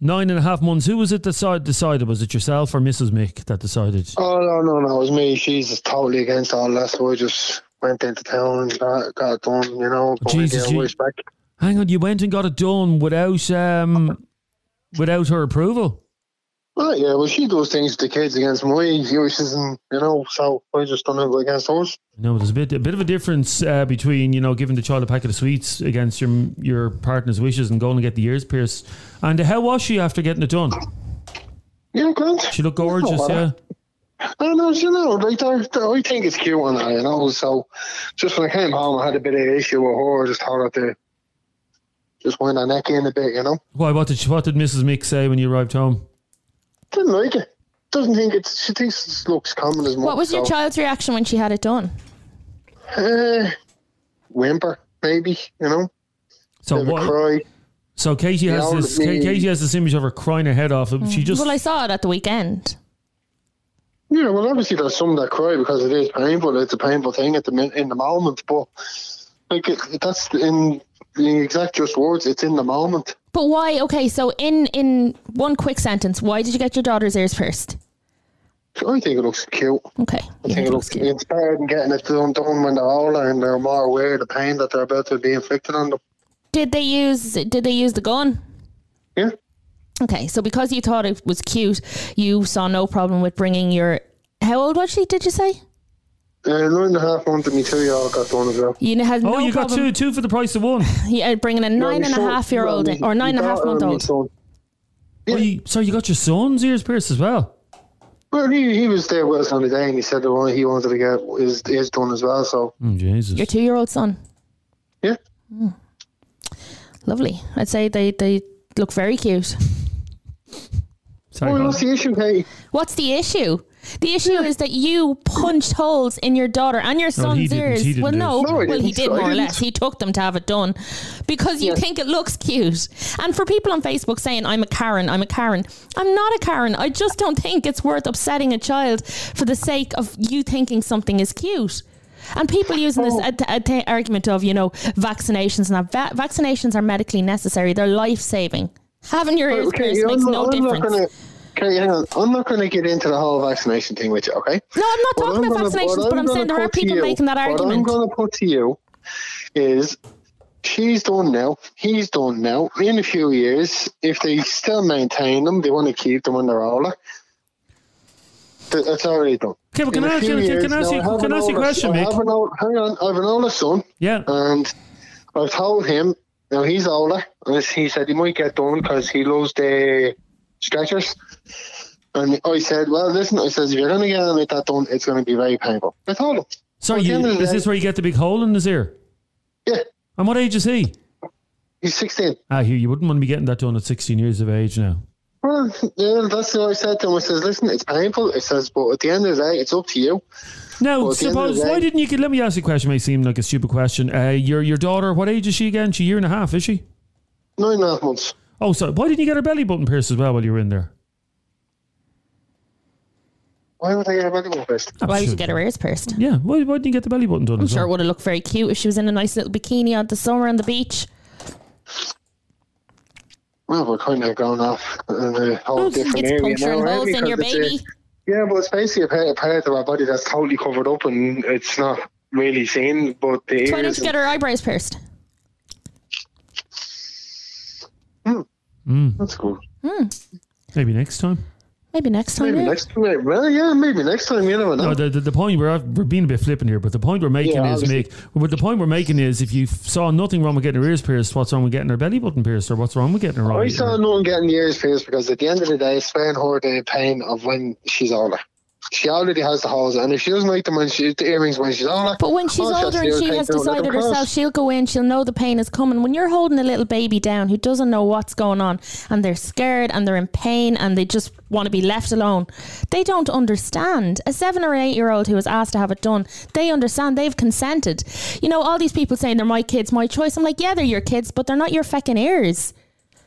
[SPEAKER 2] Nine and a half months. Who was it that si- decided? Was it yourself or Mrs. Mick that decided?
[SPEAKER 10] Oh no, no, no, it was me. She's just totally against all that, so I just went into town and got, got it done. You know, put my
[SPEAKER 2] Jesus,
[SPEAKER 10] girl
[SPEAKER 2] you-
[SPEAKER 10] voice back.
[SPEAKER 2] Hang on, you went and got it done without um, without her approval.
[SPEAKER 10] Well, yeah, well, she does things to kids against my wishes, and you know, so I just done it against hers.
[SPEAKER 2] No, there's a bit a bit of a difference uh, between you know giving the child a packet of sweets against your your partner's wishes and going to get the ears pierced. And how was she after getting it done?
[SPEAKER 10] Yeah, Grant.
[SPEAKER 2] She looked gorgeous, yeah.
[SPEAKER 10] I don't know, you know, like I, I think it's cute and that, you know. So just when I came home, I had a bit of an issue with her. I just thought I'd uh, just wind her neck in a bit, you know.
[SPEAKER 2] Why? What did she, what did Mrs. Mick say when you arrived home?
[SPEAKER 10] Didn't like it. Doesn't think it's. She thinks it looks common as much.
[SPEAKER 3] what was your
[SPEAKER 10] Mm-hmm. so,
[SPEAKER 3] child's reaction when she had it done?
[SPEAKER 10] Uh, whimper, maybe, you know.
[SPEAKER 2] So
[SPEAKER 10] Bit of a
[SPEAKER 2] what?
[SPEAKER 10] cry.
[SPEAKER 2] So Katie
[SPEAKER 10] Yeah,
[SPEAKER 2] has
[SPEAKER 10] all
[SPEAKER 2] this.
[SPEAKER 10] of
[SPEAKER 2] Ka-
[SPEAKER 10] me.
[SPEAKER 2] Katie has this image of her crying her head off. She just
[SPEAKER 3] Mm. well, I saw it at the weekend.
[SPEAKER 10] Yeah, well, obviously there's some that cry because it is painful. It's a painful thing at the min- in the moment, but like it, that's in the exact just words. It's in the moment.
[SPEAKER 3] But why? Okay, so in in one quick sentence, why did you get your daughter's ears pierced?
[SPEAKER 10] So I think it looks cute.
[SPEAKER 3] Okay,
[SPEAKER 10] I think
[SPEAKER 3] you think
[SPEAKER 10] it
[SPEAKER 3] it
[SPEAKER 10] looks
[SPEAKER 3] was
[SPEAKER 10] cute.
[SPEAKER 3] cute.
[SPEAKER 10] inspired and getting it done, done when they're older and they're more aware of the pain that they're about to be inflicted on them.
[SPEAKER 3] Did they use Did they use the gun?
[SPEAKER 10] Yeah.
[SPEAKER 3] Okay, so because you thought it was cute, you saw no problem with bringing your. How old was she? Did you say
[SPEAKER 10] Uh, nine and a half months of me two year old got done as well.
[SPEAKER 3] you had
[SPEAKER 2] oh,
[SPEAKER 3] no
[SPEAKER 2] you got two
[SPEAKER 3] problem
[SPEAKER 2] two for the price of one.
[SPEAKER 3] yeah, bringing a nine and a half year old in- or nine and a half month old?
[SPEAKER 10] old.
[SPEAKER 2] Oh, you, so you got your son's ears pierced as well.
[SPEAKER 10] Well, he, he was there with us on the day and he said the one he wanted to get is, is done as well. So,
[SPEAKER 2] Oh, Jesus.
[SPEAKER 3] Your two year old son, Hmm.
[SPEAKER 10] yeah.
[SPEAKER 3] lovely. I'd say they they look very cute.
[SPEAKER 2] Sorry,
[SPEAKER 10] Well,
[SPEAKER 2] go on.
[SPEAKER 10] what's the issue, Katie?
[SPEAKER 3] What's the issue? The issue is that you punched holes in your daughter and your
[SPEAKER 2] he
[SPEAKER 3] son's
[SPEAKER 2] didn't.
[SPEAKER 3] ears.
[SPEAKER 2] He didn't
[SPEAKER 3] well,
[SPEAKER 2] do
[SPEAKER 3] no,
[SPEAKER 2] it.
[SPEAKER 10] No, I
[SPEAKER 3] well, he
[SPEAKER 10] didn't.
[SPEAKER 3] did
[SPEAKER 10] I
[SPEAKER 3] more or
[SPEAKER 10] didn't.
[SPEAKER 3] less. He took them to have it done because you think it looks cute. And for people on Facebook saying I'm a Karen, I'm a Karen. I'm not a Karen. I just don't think it's worth upsetting a child for the sake of you thinking something is cute. And people using this uh, uh, t- argument of you know vaccinations and that va- vaccinations are medically necessary. They're life saving. Having your ears pierced makes
[SPEAKER 10] I'm,
[SPEAKER 3] no
[SPEAKER 10] not- I'm
[SPEAKER 3] difference.
[SPEAKER 10] Not gonna, okay, hang on. I'm not going to get into the whole vaccination thing with you, okay?
[SPEAKER 3] No, I'm
[SPEAKER 10] What
[SPEAKER 3] not talking about
[SPEAKER 10] gonna-
[SPEAKER 3] vaccinations,
[SPEAKER 10] what
[SPEAKER 3] but I'm
[SPEAKER 10] gonna
[SPEAKER 3] saying there are
[SPEAKER 10] put to
[SPEAKER 3] people
[SPEAKER 10] you-
[SPEAKER 3] making that
[SPEAKER 10] What I'm
[SPEAKER 3] argument.
[SPEAKER 10] going to put to you is she's done now, he's done now. In a few years, if they still maintain them, they want to keep them when they're older. th- That's already done.
[SPEAKER 2] Okay, but can
[SPEAKER 10] In a
[SPEAKER 2] I ask
[SPEAKER 10] few
[SPEAKER 2] you- can I
[SPEAKER 10] years,
[SPEAKER 2] ask
[SPEAKER 10] now,
[SPEAKER 2] you-
[SPEAKER 10] have
[SPEAKER 2] can I
[SPEAKER 10] an
[SPEAKER 2] ask you a
[SPEAKER 10] older-
[SPEAKER 2] question,
[SPEAKER 10] I
[SPEAKER 2] Mick?
[SPEAKER 10] have an old- Hang on, I have an older son
[SPEAKER 2] Yeah.
[SPEAKER 10] and I told him now he's older, and he said he might get done because he loves the stretchers. And I said, well, listen, I says if you're going to get on like that done, it's going to be very painful. I told him,
[SPEAKER 2] Sorry,
[SPEAKER 10] at the
[SPEAKER 2] you,
[SPEAKER 10] end of the
[SPEAKER 2] is
[SPEAKER 10] day-
[SPEAKER 2] this where you get the big hole in his ear?
[SPEAKER 10] yeah,
[SPEAKER 2] And what age is he?
[SPEAKER 10] he's 16.
[SPEAKER 2] Ah, here you wouldn't want to be getting that done at 16 years of age now.
[SPEAKER 10] Well, yeah, that's what I said to him. I says, listen, it's painful. It says, but at the end of the day, it's up to you.
[SPEAKER 2] Now,
[SPEAKER 10] Well, at the end of the
[SPEAKER 2] suppose
[SPEAKER 10] day-
[SPEAKER 2] why didn't you? get- Let me ask you a question. It may seem like a stupid question. Uh, your your daughter, what age is she again? She a year and a half, is she?
[SPEAKER 10] Nine and a half months.
[SPEAKER 2] Oh, so why didn't you get her belly button pierced as well while you were in there?
[SPEAKER 10] Why would I get a belly button first?
[SPEAKER 2] Oh,
[SPEAKER 3] Why would you get her ears pierced?
[SPEAKER 2] Yeah, why, why didn't you get the belly button done?
[SPEAKER 3] I'm
[SPEAKER 2] as
[SPEAKER 3] sure it
[SPEAKER 2] well?
[SPEAKER 3] would have looked very cute if she was in a nice little bikini on the summer on the beach.
[SPEAKER 10] Well, we're kind of going off in a whole
[SPEAKER 2] Oh,
[SPEAKER 10] different
[SPEAKER 3] it's
[SPEAKER 10] area
[SPEAKER 3] puncturing
[SPEAKER 10] now, eh?
[SPEAKER 3] holes in
[SPEAKER 10] Because
[SPEAKER 3] your
[SPEAKER 10] it's a-
[SPEAKER 3] baby.
[SPEAKER 10] Yeah, but it's basically a part, a part of our body that's totally covered up and it's not really seen. But the
[SPEAKER 3] Why
[SPEAKER 10] ears,
[SPEAKER 3] didn't you get her eyebrows pierced?
[SPEAKER 10] that's cool.
[SPEAKER 2] Hmm. Maybe next time.
[SPEAKER 3] Hmm, Maybe next time.
[SPEAKER 10] Maybe
[SPEAKER 3] yeah?
[SPEAKER 10] next time, well, yeah, maybe next time. You never know.
[SPEAKER 2] No, the, the, the point we're at, we're being a bit flippant here, but the point we're making
[SPEAKER 10] Yeah,
[SPEAKER 2] is
[SPEAKER 10] obviously.
[SPEAKER 2] Mick. But the point we're making is if you f- saw nothing wrong with getting her ears pierced, what's wrong with getting her belly button pierced, or what's wrong with getting her
[SPEAKER 10] I
[SPEAKER 2] eyes?
[SPEAKER 10] saw no one getting the ears pierced because at the end of the day, it's sparing her the pain of when she's older. She already has the holes, and if she doesn't like them when she the earrings when she's older,
[SPEAKER 3] But when she's
[SPEAKER 10] all has
[SPEAKER 3] older
[SPEAKER 10] to
[SPEAKER 3] and
[SPEAKER 10] do is
[SPEAKER 3] she
[SPEAKER 10] take
[SPEAKER 3] has
[SPEAKER 10] them out, let them
[SPEAKER 3] decided
[SPEAKER 10] cross.
[SPEAKER 3] herself she'll go in, she'll know the pain is coming. When you're holding a little baby down who doesn't know what's going on and they're scared and they're in pain and they just want to be left alone, they don't understand. A seven or eight year old who was asked to have it done, they understand, they've consented. You know, all these people saying they're my kids, my choice. I'm like, yeah, they're your kids, but they're not your feckin' ears.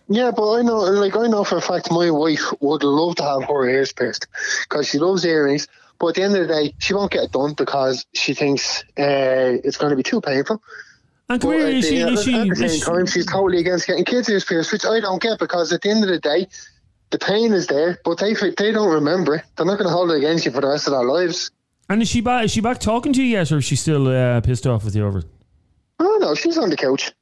[SPEAKER 10] Yeah, but I know, like I know for a fact, my wife would love to have her ears pierced because she loves earrings. But at the end of the day, she won't get it done because she thinks uh, it's going to be too painful.
[SPEAKER 2] and come
[SPEAKER 10] But
[SPEAKER 2] here,
[SPEAKER 10] at,
[SPEAKER 2] is she,
[SPEAKER 10] the,
[SPEAKER 2] is she,
[SPEAKER 10] at the
[SPEAKER 2] is
[SPEAKER 10] same
[SPEAKER 2] she-
[SPEAKER 10] time, she's totally against getting kids ears pierced, which I don't get because at the end of the day, the pain is there, but they they don't remember it. They're not going to hold it against you for the rest of their lives.
[SPEAKER 2] and is she back? Is she back talking to you yet, or is she still uh, pissed off with you over? it?
[SPEAKER 10] Oh no, she's on the couch.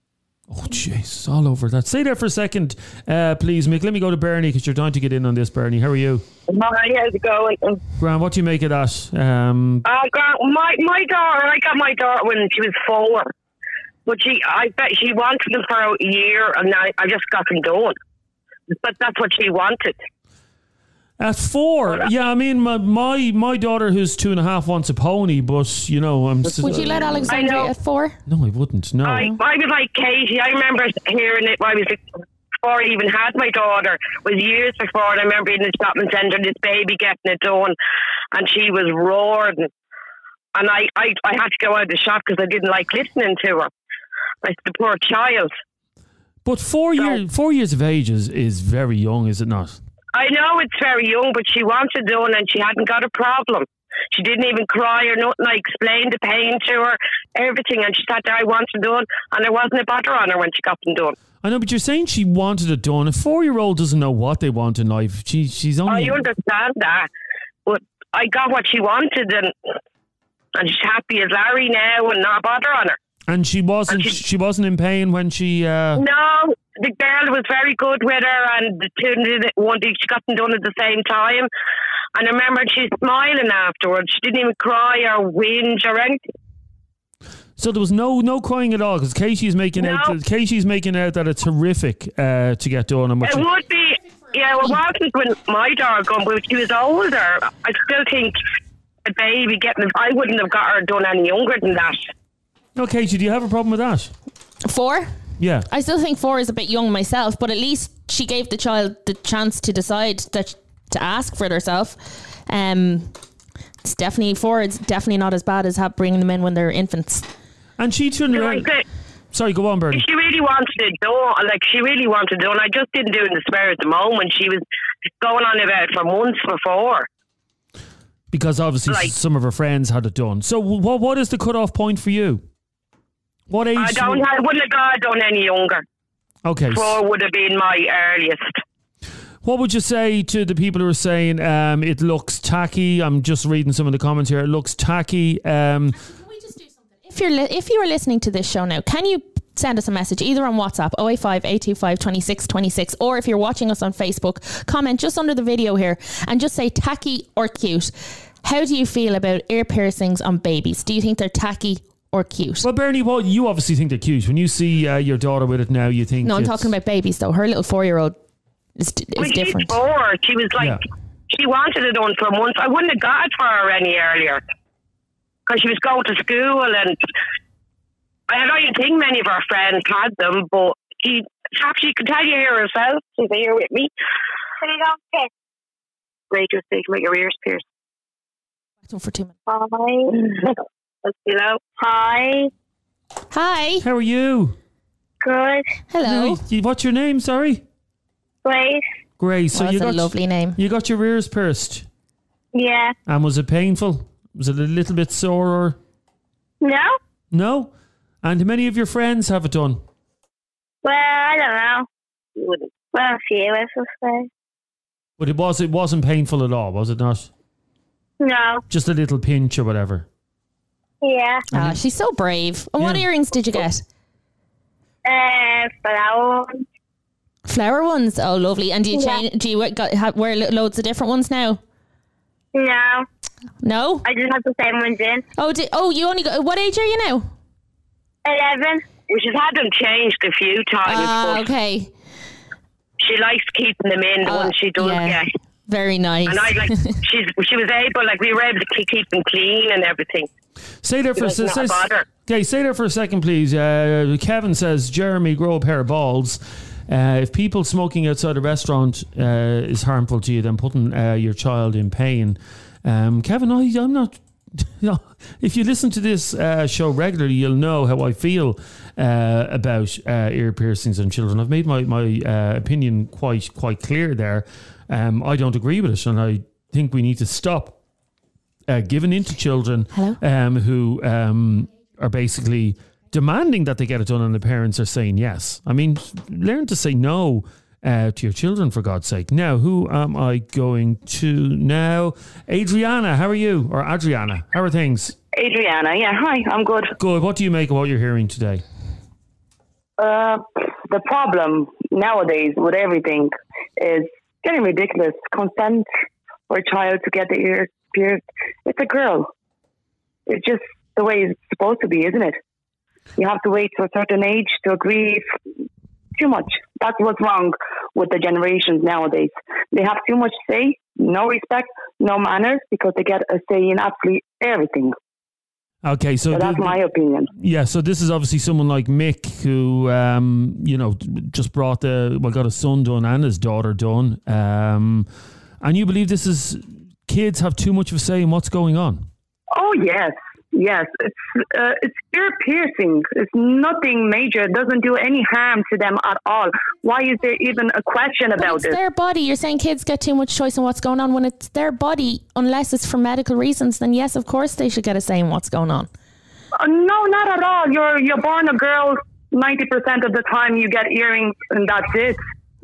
[SPEAKER 2] Oh, jeez, all over that. Stay there for a second, uh, please, Mick. Let me go to Bernie because you're dying to get in on this, Bernie. How are you?
[SPEAKER 5] Hi, how's it going?
[SPEAKER 2] Graham, what do you make of that? Um,
[SPEAKER 5] Uh, girl, my my daughter, I got my daughter when she was four, but she, I bet she wanted them for a year, and I, I just got them done. But that's what she wanted.
[SPEAKER 2] at four, yeah, I mean, my, my my daughter who's two and a half wants a pony, but you know, I'm.
[SPEAKER 3] Would you let Alexandria
[SPEAKER 5] know.
[SPEAKER 3] at four?
[SPEAKER 2] No, I wouldn't. No,
[SPEAKER 5] I, I was like Katie. I remember hearing it when I was before I even had my daughter. It was years before, and I remember in the shopping centre, this baby getting it done, and she was roaring, and I, I, I had to go out of the shop because I didn't like listening to her. Like the poor child.
[SPEAKER 2] But four
[SPEAKER 1] So-
[SPEAKER 2] years four years of age is, is very young, is it not?
[SPEAKER 1] I know it's very young, but she wanted done and she hadn't got a problem. She didn't even cry or nothing. I explained the pain to her, everything, and she sat there, I wanted done, and there wasn't a bother on her when she got them done.
[SPEAKER 2] I know, but you're saying she wanted it done. A four year old doesn't know what they want in life. She she's
[SPEAKER 1] I
[SPEAKER 2] only
[SPEAKER 1] understand that, but I got what she wanted, and and she's happy as Larry now, and not a bother on her.
[SPEAKER 2] and she wasn't
[SPEAKER 1] she-
[SPEAKER 2] she wasn't in pain when she uh,
[SPEAKER 1] No, the girl was very good with her, and the two did it one day. She got them done at the same time, and I remember she's smiling afterwards. She didn't even cry or whinge or anything.
[SPEAKER 2] So there was no no crying at all because Casey's making
[SPEAKER 1] No.
[SPEAKER 2] out Casey's making out that it's horrific uh, to get done and what
[SPEAKER 1] It
[SPEAKER 2] she-
[SPEAKER 1] would be, yeah, it wasn't when my dog gone, but she was older. I still think a baby getting, I wouldn't have got her done any younger than that.
[SPEAKER 2] No Casey, do you have a problem with that?
[SPEAKER 3] Four?
[SPEAKER 2] Yeah.
[SPEAKER 3] I still think four is a bit young myself, but at least she gave the child the chance to decide that to ask for it herself. Um, it's definitely four. It's definitely not as bad as ha- bringing them in when they're infants.
[SPEAKER 2] And she turned
[SPEAKER 1] Like,
[SPEAKER 2] around
[SPEAKER 1] the-
[SPEAKER 2] Sorry, go on, Bernie.
[SPEAKER 1] she really wanted it done. Like she really wanted it done. I just didn't do it in the spare of the moment. She was going on about it for months before.
[SPEAKER 2] Because obviously
[SPEAKER 1] Like-
[SPEAKER 2] some of her friends had it done. So what what is the cutoff point for you? What age?
[SPEAKER 1] I don't. I wouldn't have got it done any younger.
[SPEAKER 2] okay.
[SPEAKER 1] Four would have been my earliest.
[SPEAKER 2] What would you say to the people who are saying um, it looks tacky? I'm just reading some of the comments here. It looks tacky. Um,
[SPEAKER 3] If you're li- if you are listening to this show now, can you send us a message either on WhatsApp 085 825 26 26 or if you're watching us on Facebook, comment just under the video here and just say tacky or cute. How do you feel about ear piercings on babies? Do you think they're tacky or cute?
[SPEAKER 2] well, Bernie, well, you obviously think they're cute. When you see uh, your daughter with it now, you think
[SPEAKER 3] no, I'm
[SPEAKER 2] it's-
[SPEAKER 3] talking about babies though. Her little four year old is,
[SPEAKER 1] When
[SPEAKER 3] is
[SPEAKER 1] she's
[SPEAKER 3] different.
[SPEAKER 1] four, she was like
[SPEAKER 2] Yeah.
[SPEAKER 1] she wanted it done for months. I wouldn't have got it for her any earlier because she was going to school and I don't even think many of her friends had them. But she, perhaps she could tell you here herself. She's here with me. Great, just think about your ears pierced.
[SPEAKER 3] For two minutes.
[SPEAKER 1] <laughs> Hi. Hello. Hi.
[SPEAKER 3] Hi.
[SPEAKER 2] How are you?
[SPEAKER 1] Good.
[SPEAKER 3] Hello.
[SPEAKER 2] Now, you- What's your name? Sorry,
[SPEAKER 1] Great.
[SPEAKER 2] Grace. So
[SPEAKER 3] Well,
[SPEAKER 2] you
[SPEAKER 3] that's a
[SPEAKER 2] got
[SPEAKER 3] lovely name.
[SPEAKER 2] you got your ears pierced,
[SPEAKER 1] Yeah.
[SPEAKER 2] and was it painful? Was it a little bit sore? Or
[SPEAKER 1] No?
[SPEAKER 2] no? And many of your friends have it done.
[SPEAKER 1] Well, I don't know. Well, a few, I suppose.
[SPEAKER 2] But it was it wasn't painful at all, was it not?
[SPEAKER 1] No.
[SPEAKER 2] Just a little pinch or whatever.
[SPEAKER 1] Yeah.
[SPEAKER 3] Ah, she's so brave. And what
[SPEAKER 2] Yeah.
[SPEAKER 3] earrings did you get?
[SPEAKER 1] Uh, but I won't.
[SPEAKER 3] Flower ones. Oh, lovely. And do you
[SPEAKER 1] Yeah.
[SPEAKER 3] change? Do you wear- got, ha- wear lo- loads of different ones now?
[SPEAKER 1] No.
[SPEAKER 3] No.
[SPEAKER 1] I just have the same ones in.
[SPEAKER 3] Oh, di- oh, you only got. What age are you now?
[SPEAKER 1] 11. She's had them changed a few times,
[SPEAKER 3] Ah,
[SPEAKER 1] but
[SPEAKER 3] okay.
[SPEAKER 1] she likes keeping them in the
[SPEAKER 3] Uh,
[SPEAKER 1] ones she does
[SPEAKER 3] yeah.
[SPEAKER 1] get.
[SPEAKER 3] Very nice.
[SPEAKER 1] And I
[SPEAKER 3] <laughs>
[SPEAKER 1] like, she's, she was able, like, we were able to keep, keep them clean and everything.
[SPEAKER 2] Say there for a
[SPEAKER 1] Like, not
[SPEAKER 2] se- say-
[SPEAKER 1] bother.
[SPEAKER 2] Okay, say there for a second, please. Uh, Kevin says, Jeremy, grow a pair of balls. Uh, if people smoking outside a restaurant uh, is harmful to you, then putting uh, your child in pain. Um, Kevin, I, I'm not. <laughs> No, if you listen to this uh, show regularly, you'll know how I feel uh, about uh, ear piercings in children. I've made my my uh, opinion quite quite clear there. Um, I don't agree with it, and I think we need to stop uh, given into children
[SPEAKER 3] Hello?
[SPEAKER 2] um, who um, are basically demanding that they get it done, and the parents are saying yes. I mean, learn to say no. Uh, to your children, for God's sake. Now, who am I going to now? Adriana, how are you? Or Adriana, how are things?
[SPEAKER 1] Adriana, yeah, hi, I'm good.
[SPEAKER 2] Good. What do you make of what you're hearing today?
[SPEAKER 1] Uh, the problem nowadays with everything is getting ridiculous. Consent for a child to get the ear pierced. It's a girl. It's just the way it's supposed to be, isn't it? You have to wait to a certain age to agree. If, too much. That's what's wrong with the generations nowadays. They have too much say, no respect, no manners, because they get a say in absolutely everything.
[SPEAKER 2] Okay, so,
[SPEAKER 1] So that's
[SPEAKER 2] th-
[SPEAKER 1] my opinion.
[SPEAKER 2] yeah, so this is obviously someone like Mick who, um, you know, just brought the well, got his son done and his daughter done. Um, and you believe this is kids have too much of a say in what's going on?
[SPEAKER 1] Oh yes,
[SPEAKER 11] Yes, it's uh, it's ear piercing. It's nothing major. It doesn't do any harm to them at all. Why is there even a question
[SPEAKER 3] But
[SPEAKER 11] about
[SPEAKER 3] it's
[SPEAKER 11] this?
[SPEAKER 3] their body. You're saying kids get too much choice in what's going on when it's their body, unless it's for medical reasons. Then yes, of course they should get a say in what's going on.
[SPEAKER 11] Uh, no, not at all. You're you're born a girl. Ninety percent of the time, you get earrings, and that's it.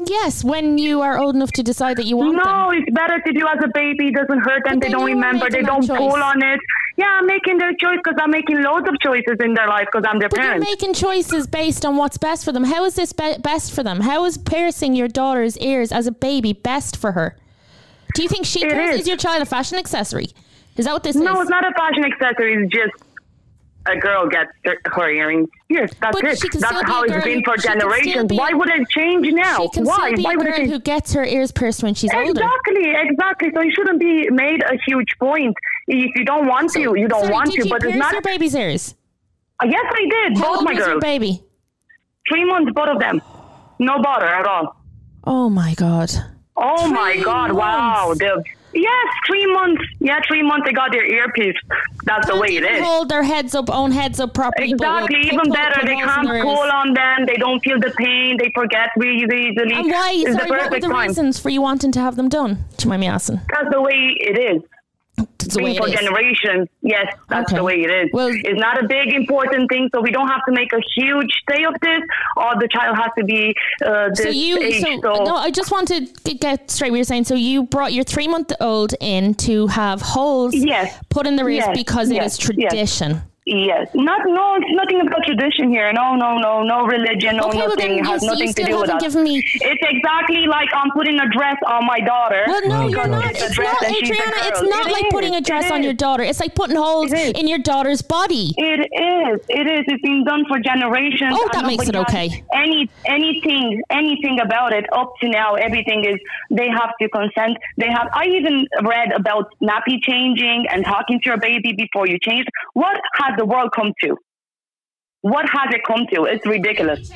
[SPEAKER 3] Yes, when you are old enough to decide that you want them.
[SPEAKER 11] No, it's better to do as a baby. It doesn't hurt them.
[SPEAKER 3] But
[SPEAKER 11] They
[SPEAKER 3] then
[SPEAKER 11] don't
[SPEAKER 3] you are
[SPEAKER 11] remember. They
[SPEAKER 3] making
[SPEAKER 11] don't
[SPEAKER 3] that choice.
[SPEAKER 11] pull on it. Yeah, I'm making their choice because I'm making loads of choices in their life because I'm their
[SPEAKER 3] But you're
[SPEAKER 11] parent.
[SPEAKER 3] making choices based on what's best for them. How is this be- best for them? How is piercing your daughter's ears as a baby best for her? Do you think she
[SPEAKER 11] It
[SPEAKER 3] cares?
[SPEAKER 11] is.
[SPEAKER 3] Is. your child a fashion accessory? Is that what this is?
[SPEAKER 11] No, it's not a fashion accessory. It's just a girl gets her, her earrings. Yes, that's
[SPEAKER 3] But
[SPEAKER 11] it.
[SPEAKER 3] she can
[SPEAKER 11] That's
[SPEAKER 3] still be
[SPEAKER 11] how
[SPEAKER 3] a
[SPEAKER 11] it's
[SPEAKER 3] girl-
[SPEAKER 11] been for
[SPEAKER 3] she can still
[SPEAKER 11] generations.
[SPEAKER 3] be a-
[SPEAKER 11] Why would it change now?
[SPEAKER 3] She can
[SPEAKER 11] Why?
[SPEAKER 3] still be
[SPEAKER 11] Why
[SPEAKER 3] a
[SPEAKER 11] would
[SPEAKER 3] girl
[SPEAKER 11] it
[SPEAKER 3] who
[SPEAKER 11] change?
[SPEAKER 3] gets her ears pierced when she's older.
[SPEAKER 11] Exactly, exactly. So it shouldn't be made a huge point. If you don't want to, you don't
[SPEAKER 3] Sorry,
[SPEAKER 11] want
[SPEAKER 3] did
[SPEAKER 11] to.
[SPEAKER 3] you
[SPEAKER 11] But
[SPEAKER 3] pierce
[SPEAKER 11] it's not.
[SPEAKER 3] your baby's ears?
[SPEAKER 11] Uh, Yes, I did.
[SPEAKER 3] How
[SPEAKER 11] both
[SPEAKER 3] old
[SPEAKER 11] my
[SPEAKER 3] was your
[SPEAKER 11] girls.
[SPEAKER 3] baby?
[SPEAKER 11] Three months, both of them. No bother at all.
[SPEAKER 3] Oh my god.
[SPEAKER 11] Oh my
[SPEAKER 3] Three
[SPEAKER 11] God! Wow.
[SPEAKER 3] months.
[SPEAKER 11] The, yes, three months. Yeah, three months. They got their earpiece. That's the
[SPEAKER 3] Can't
[SPEAKER 11] way it
[SPEAKER 3] even
[SPEAKER 11] is.
[SPEAKER 3] Hold their heads up, own heads up properly. but will
[SPEAKER 11] Exactly,
[SPEAKER 3] pick
[SPEAKER 11] even
[SPEAKER 3] up
[SPEAKER 11] better.
[SPEAKER 3] the
[SPEAKER 11] They
[SPEAKER 3] balls in
[SPEAKER 11] can't
[SPEAKER 3] their
[SPEAKER 11] pull
[SPEAKER 3] ears.
[SPEAKER 11] on them. They don't feel the pain. They forget really easily.
[SPEAKER 3] And why?
[SPEAKER 11] It's
[SPEAKER 3] Sorry,
[SPEAKER 11] the
[SPEAKER 3] what were
[SPEAKER 11] perfect
[SPEAKER 3] the
[SPEAKER 11] time.
[SPEAKER 3] reasons for you wanting to have them done? Do you mind me asking?
[SPEAKER 11] That's the way it is.
[SPEAKER 3] That's the way
[SPEAKER 11] Being for
[SPEAKER 3] it is.
[SPEAKER 11] generations, yes, that's
[SPEAKER 3] Okay.
[SPEAKER 11] the way it is.
[SPEAKER 3] Well-
[SPEAKER 11] it's not a big important thing, so we don't have to make a huge day of this. Or the child has to be uh, this
[SPEAKER 3] So you,
[SPEAKER 11] age.
[SPEAKER 3] so, no, I just want to g- get straight. What you're saying. So you brought your three month old in to have holes
[SPEAKER 11] Yes.
[SPEAKER 3] put in the ears
[SPEAKER 11] Yes.
[SPEAKER 3] because it
[SPEAKER 11] Yes.
[SPEAKER 3] is
[SPEAKER 11] Yes.
[SPEAKER 3] tradition.
[SPEAKER 11] yes, not no, it's nothing about tradition here. No, no, no, no religion, no
[SPEAKER 3] Okay, well
[SPEAKER 11] nothing.
[SPEAKER 3] then
[SPEAKER 11] It
[SPEAKER 3] you,
[SPEAKER 11] has
[SPEAKER 3] so you
[SPEAKER 11] nothing to
[SPEAKER 3] still
[SPEAKER 11] do with
[SPEAKER 3] haven't
[SPEAKER 11] us.
[SPEAKER 3] given me.
[SPEAKER 11] It's exactly like I'm putting a dress on my daughter.
[SPEAKER 3] Well, no,
[SPEAKER 2] No,
[SPEAKER 3] you're
[SPEAKER 2] God.
[SPEAKER 3] not.
[SPEAKER 2] It's
[SPEAKER 3] It's,
[SPEAKER 11] a dress
[SPEAKER 3] not,
[SPEAKER 11] and she's a
[SPEAKER 3] Adriana. It's
[SPEAKER 11] girl.
[SPEAKER 3] not
[SPEAKER 11] It
[SPEAKER 3] like
[SPEAKER 11] is.
[SPEAKER 3] putting a
[SPEAKER 11] It
[SPEAKER 3] dress on
[SPEAKER 11] is.
[SPEAKER 3] your daughter. It's like putting holes
[SPEAKER 11] It is.
[SPEAKER 3] in your daughter's body.
[SPEAKER 11] It is. It is. It's been done for generations.
[SPEAKER 3] Oh, that
[SPEAKER 11] And
[SPEAKER 3] makes it
[SPEAKER 11] nobody
[SPEAKER 3] okay.
[SPEAKER 11] has Any anything anything about it up to now, everything is they have to consent. They have. I even read about nappy changing and talking to your baby before you change. What has the world come to? What has it come to? It's ridiculous.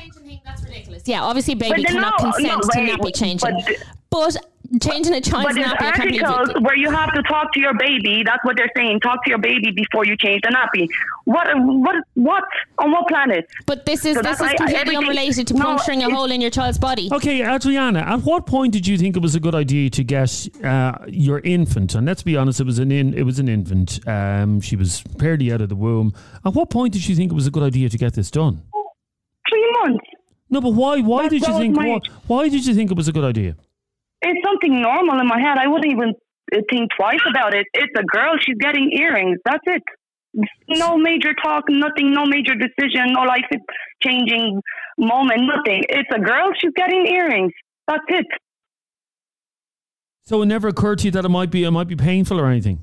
[SPEAKER 3] Yeah, obviously, a baby
[SPEAKER 11] But then
[SPEAKER 3] cannot
[SPEAKER 11] no, no,
[SPEAKER 3] consent to
[SPEAKER 11] wait,
[SPEAKER 3] nappy changing.
[SPEAKER 11] but th-
[SPEAKER 3] But, changing a
[SPEAKER 11] But
[SPEAKER 3] child's
[SPEAKER 11] there's
[SPEAKER 3] nappy, I can't believe
[SPEAKER 11] articles
[SPEAKER 3] it.
[SPEAKER 11] where you have to talk to your baby. That's what they're saying. Talk to your baby before you change the nappy. What? What? What? On what planet?
[SPEAKER 3] But this is
[SPEAKER 11] So
[SPEAKER 3] this
[SPEAKER 11] that's
[SPEAKER 3] is
[SPEAKER 11] why I-
[SPEAKER 3] completely
[SPEAKER 11] everything-
[SPEAKER 3] unrelated to
[SPEAKER 11] No,
[SPEAKER 3] puncturing a
[SPEAKER 11] it's-
[SPEAKER 3] hole in your child's body.
[SPEAKER 2] Okay, Adriana, at what point did you think it was a good idea to get uh, your infant? And let's be honest, it was an in, it was an infant. Um, she was barely out of the womb. At what point did you think it was a good idea to get this done?
[SPEAKER 11] Three months.
[SPEAKER 2] No, but why? Why
[SPEAKER 11] That-
[SPEAKER 2] did
[SPEAKER 11] that
[SPEAKER 2] you
[SPEAKER 11] was
[SPEAKER 2] think?
[SPEAKER 11] my-
[SPEAKER 2] Why, why did you think it was a good idea?
[SPEAKER 11] it's something normal in my head. I wouldn't even uh, think twice about it. It's a girl. She's getting earrings. That's it. No major talk, nothing, no major decision, no life changing moment, nothing. It's a girl. She's getting earrings. That's it.
[SPEAKER 2] So it never occurred to you that it might be it might be painful or anything.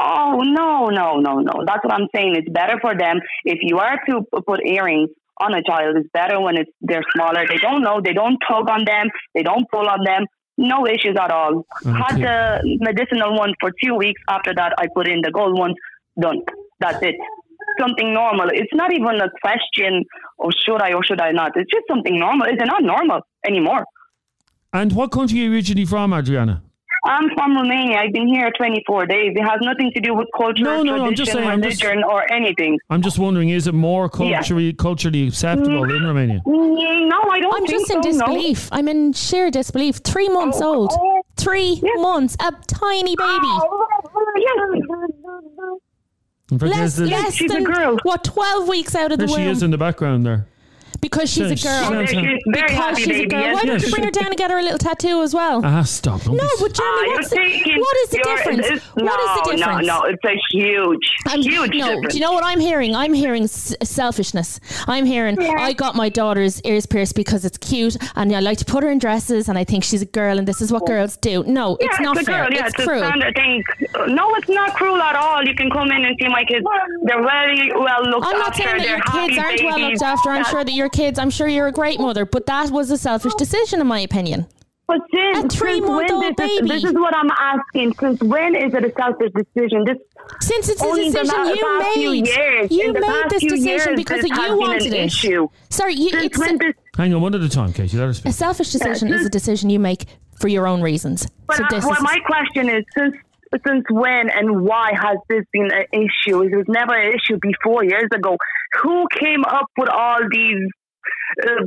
[SPEAKER 11] Oh, no, no, no, no. That's what I'm saying. It's better for them. If you are to p- put earrings on a child, it's better when it's they're smaller. They don't know. They don't tug on them. They don't pull on them. No issues at all. Had
[SPEAKER 2] Okay.
[SPEAKER 11] the medicinal one for two weeks. After that, I put in the gold one. Done. That's it. Something normal. It's not even a question, or should I or should I not? It's just something normal. It's not normal anymore.
[SPEAKER 2] And what country are you originally from, Adriana?
[SPEAKER 11] I'm from Romania. I've been here 24 days. It has nothing to do with culture,
[SPEAKER 2] No, no, no, I'm
[SPEAKER 11] tradition,
[SPEAKER 2] just saying, I'm just-
[SPEAKER 11] religion, or anything.
[SPEAKER 2] I'm just wondering, is it more
[SPEAKER 11] Yeah.
[SPEAKER 2] culturally culturally acceptable in Romania?
[SPEAKER 11] Mm, No, I don't
[SPEAKER 3] I'm
[SPEAKER 11] think
[SPEAKER 3] just
[SPEAKER 11] so.
[SPEAKER 3] in
[SPEAKER 11] no.
[SPEAKER 3] disbelief. I'm in sheer disbelief. Three months old.
[SPEAKER 11] oh.
[SPEAKER 3] Three
[SPEAKER 11] Yes. Oh,
[SPEAKER 3] months. A tiny baby.
[SPEAKER 2] In fact,
[SPEAKER 3] Less,
[SPEAKER 2] there's the-
[SPEAKER 3] less
[SPEAKER 11] She's a
[SPEAKER 3] than,
[SPEAKER 11] girl.
[SPEAKER 3] what, 12 weeks out of the
[SPEAKER 2] there she is
[SPEAKER 3] womb?
[SPEAKER 2] in the background there.
[SPEAKER 3] Because she's a
[SPEAKER 2] She's-
[SPEAKER 3] girl.
[SPEAKER 11] Yes,
[SPEAKER 2] Sounds
[SPEAKER 11] Oh, she's
[SPEAKER 2] like-
[SPEAKER 11] very
[SPEAKER 3] Because
[SPEAKER 11] happy
[SPEAKER 3] she's a
[SPEAKER 11] baby.
[SPEAKER 3] girl.
[SPEAKER 11] Yes,
[SPEAKER 3] Why don't
[SPEAKER 2] yes,
[SPEAKER 3] you bring her
[SPEAKER 2] yes.
[SPEAKER 3] down and get her a little tattoo as well?
[SPEAKER 2] Ah, stop! Don't be-
[SPEAKER 3] No, but
[SPEAKER 11] Ah,
[SPEAKER 3] Jeremy,
[SPEAKER 11] you're
[SPEAKER 3] what's, the,
[SPEAKER 11] taking-
[SPEAKER 3] what is the
[SPEAKER 11] you're-
[SPEAKER 3] difference?
[SPEAKER 11] it's-
[SPEAKER 3] What is the
[SPEAKER 11] no,
[SPEAKER 3] difference?
[SPEAKER 11] No, no, it's a huge,
[SPEAKER 3] I'm-
[SPEAKER 11] huge
[SPEAKER 3] no,
[SPEAKER 11] difference.
[SPEAKER 3] do you know what I'm hearing? I'm hearing s- selfishness. I'm hearing I got my daughter's ears pierced because it's cute, and I like to put her in dresses, and I think she's a girl, and this is what girls do. No,
[SPEAKER 11] yeah,
[SPEAKER 3] Oh, it's not
[SPEAKER 11] a
[SPEAKER 3] fair.
[SPEAKER 11] girl. Yeah,
[SPEAKER 3] it's
[SPEAKER 11] a
[SPEAKER 3] cruel.
[SPEAKER 11] standard thing. No, it's not cruel at all. You can come in and see my kids. They're very well looked
[SPEAKER 3] I'm not
[SPEAKER 11] after.
[SPEAKER 3] saying that
[SPEAKER 11] They're
[SPEAKER 3] your
[SPEAKER 11] happy
[SPEAKER 3] kids aren't well
[SPEAKER 11] babies.
[SPEAKER 3] looked after. I'm
[SPEAKER 11] That's
[SPEAKER 3] sure that your kids. I'm sure you're a great mother, but that was a selfish decision, in my opinion.
[SPEAKER 11] But since,
[SPEAKER 3] A three-month-old
[SPEAKER 11] since when this,
[SPEAKER 3] baby.
[SPEAKER 11] Is, this is what I'm asking. Since when is it a selfish decision? This
[SPEAKER 3] Since it's a
[SPEAKER 11] only in the
[SPEAKER 3] decision
[SPEAKER 11] la-
[SPEAKER 3] you
[SPEAKER 11] past few
[SPEAKER 3] made,
[SPEAKER 11] years.
[SPEAKER 3] you
[SPEAKER 11] In the
[SPEAKER 3] made
[SPEAKER 11] past
[SPEAKER 3] this
[SPEAKER 11] few
[SPEAKER 3] decision
[SPEAKER 11] years,
[SPEAKER 3] because
[SPEAKER 11] this
[SPEAKER 3] you
[SPEAKER 11] has been an
[SPEAKER 3] wanted it.
[SPEAKER 11] Issue.
[SPEAKER 3] Sorry, you,
[SPEAKER 11] Since
[SPEAKER 3] it's
[SPEAKER 11] when
[SPEAKER 3] a,
[SPEAKER 11] this
[SPEAKER 2] Hang on, one at a time, Katie. Let her
[SPEAKER 3] a
[SPEAKER 2] speak.
[SPEAKER 3] selfish decision is a decision you make for your own reasons.
[SPEAKER 11] But
[SPEAKER 3] so
[SPEAKER 11] uh,
[SPEAKER 3] this
[SPEAKER 11] well,
[SPEAKER 3] is
[SPEAKER 11] my question is, since since when and why has this been an issue? It was never an issue before years ago. Who came up with all these uh,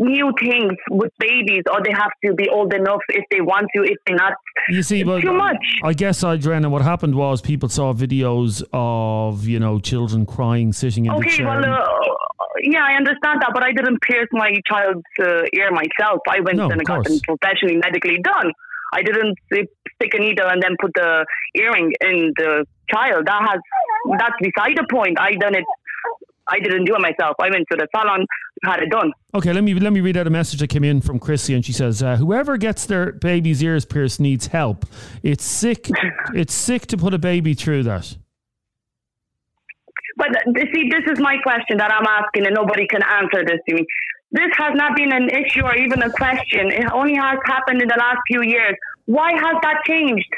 [SPEAKER 11] new things with babies? Or they have to be old enough if they want to, if they're not.
[SPEAKER 2] You see,
[SPEAKER 11] It's
[SPEAKER 2] well,
[SPEAKER 11] too much.
[SPEAKER 2] I guess I Adriana, what happened was people saw videos of you know children crying, sitting in the
[SPEAKER 11] Okay,
[SPEAKER 2] chair.
[SPEAKER 11] well, uh, yeah, I understand that, but I didn't pierce my child's uh, ear myself. I went
[SPEAKER 2] No,
[SPEAKER 11] and
[SPEAKER 2] of
[SPEAKER 11] got
[SPEAKER 2] course.
[SPEAKER 11] them professionally medically done. I didn't uh, stick a needle and then put the earring in the child. That has that's beside the point. I done it. I didn't do it myself. I went to the salon, had it done.
[SPEAKER 2] Okay, let me let me read out a message that came in from Chrissy, and she says, uh, "Whoever gets their baby's ears pierced needs help. It's
[SPEAKER 11] <laughs>
[SPEAKER 2] sick. it's sick to put a baby through that."
[SPEAKER 11] But uh, see, this is my question that I'm asking, and nobody can answer this to me. This has not been an issue or even a question. It only has happened in the last few years. Why has that changed?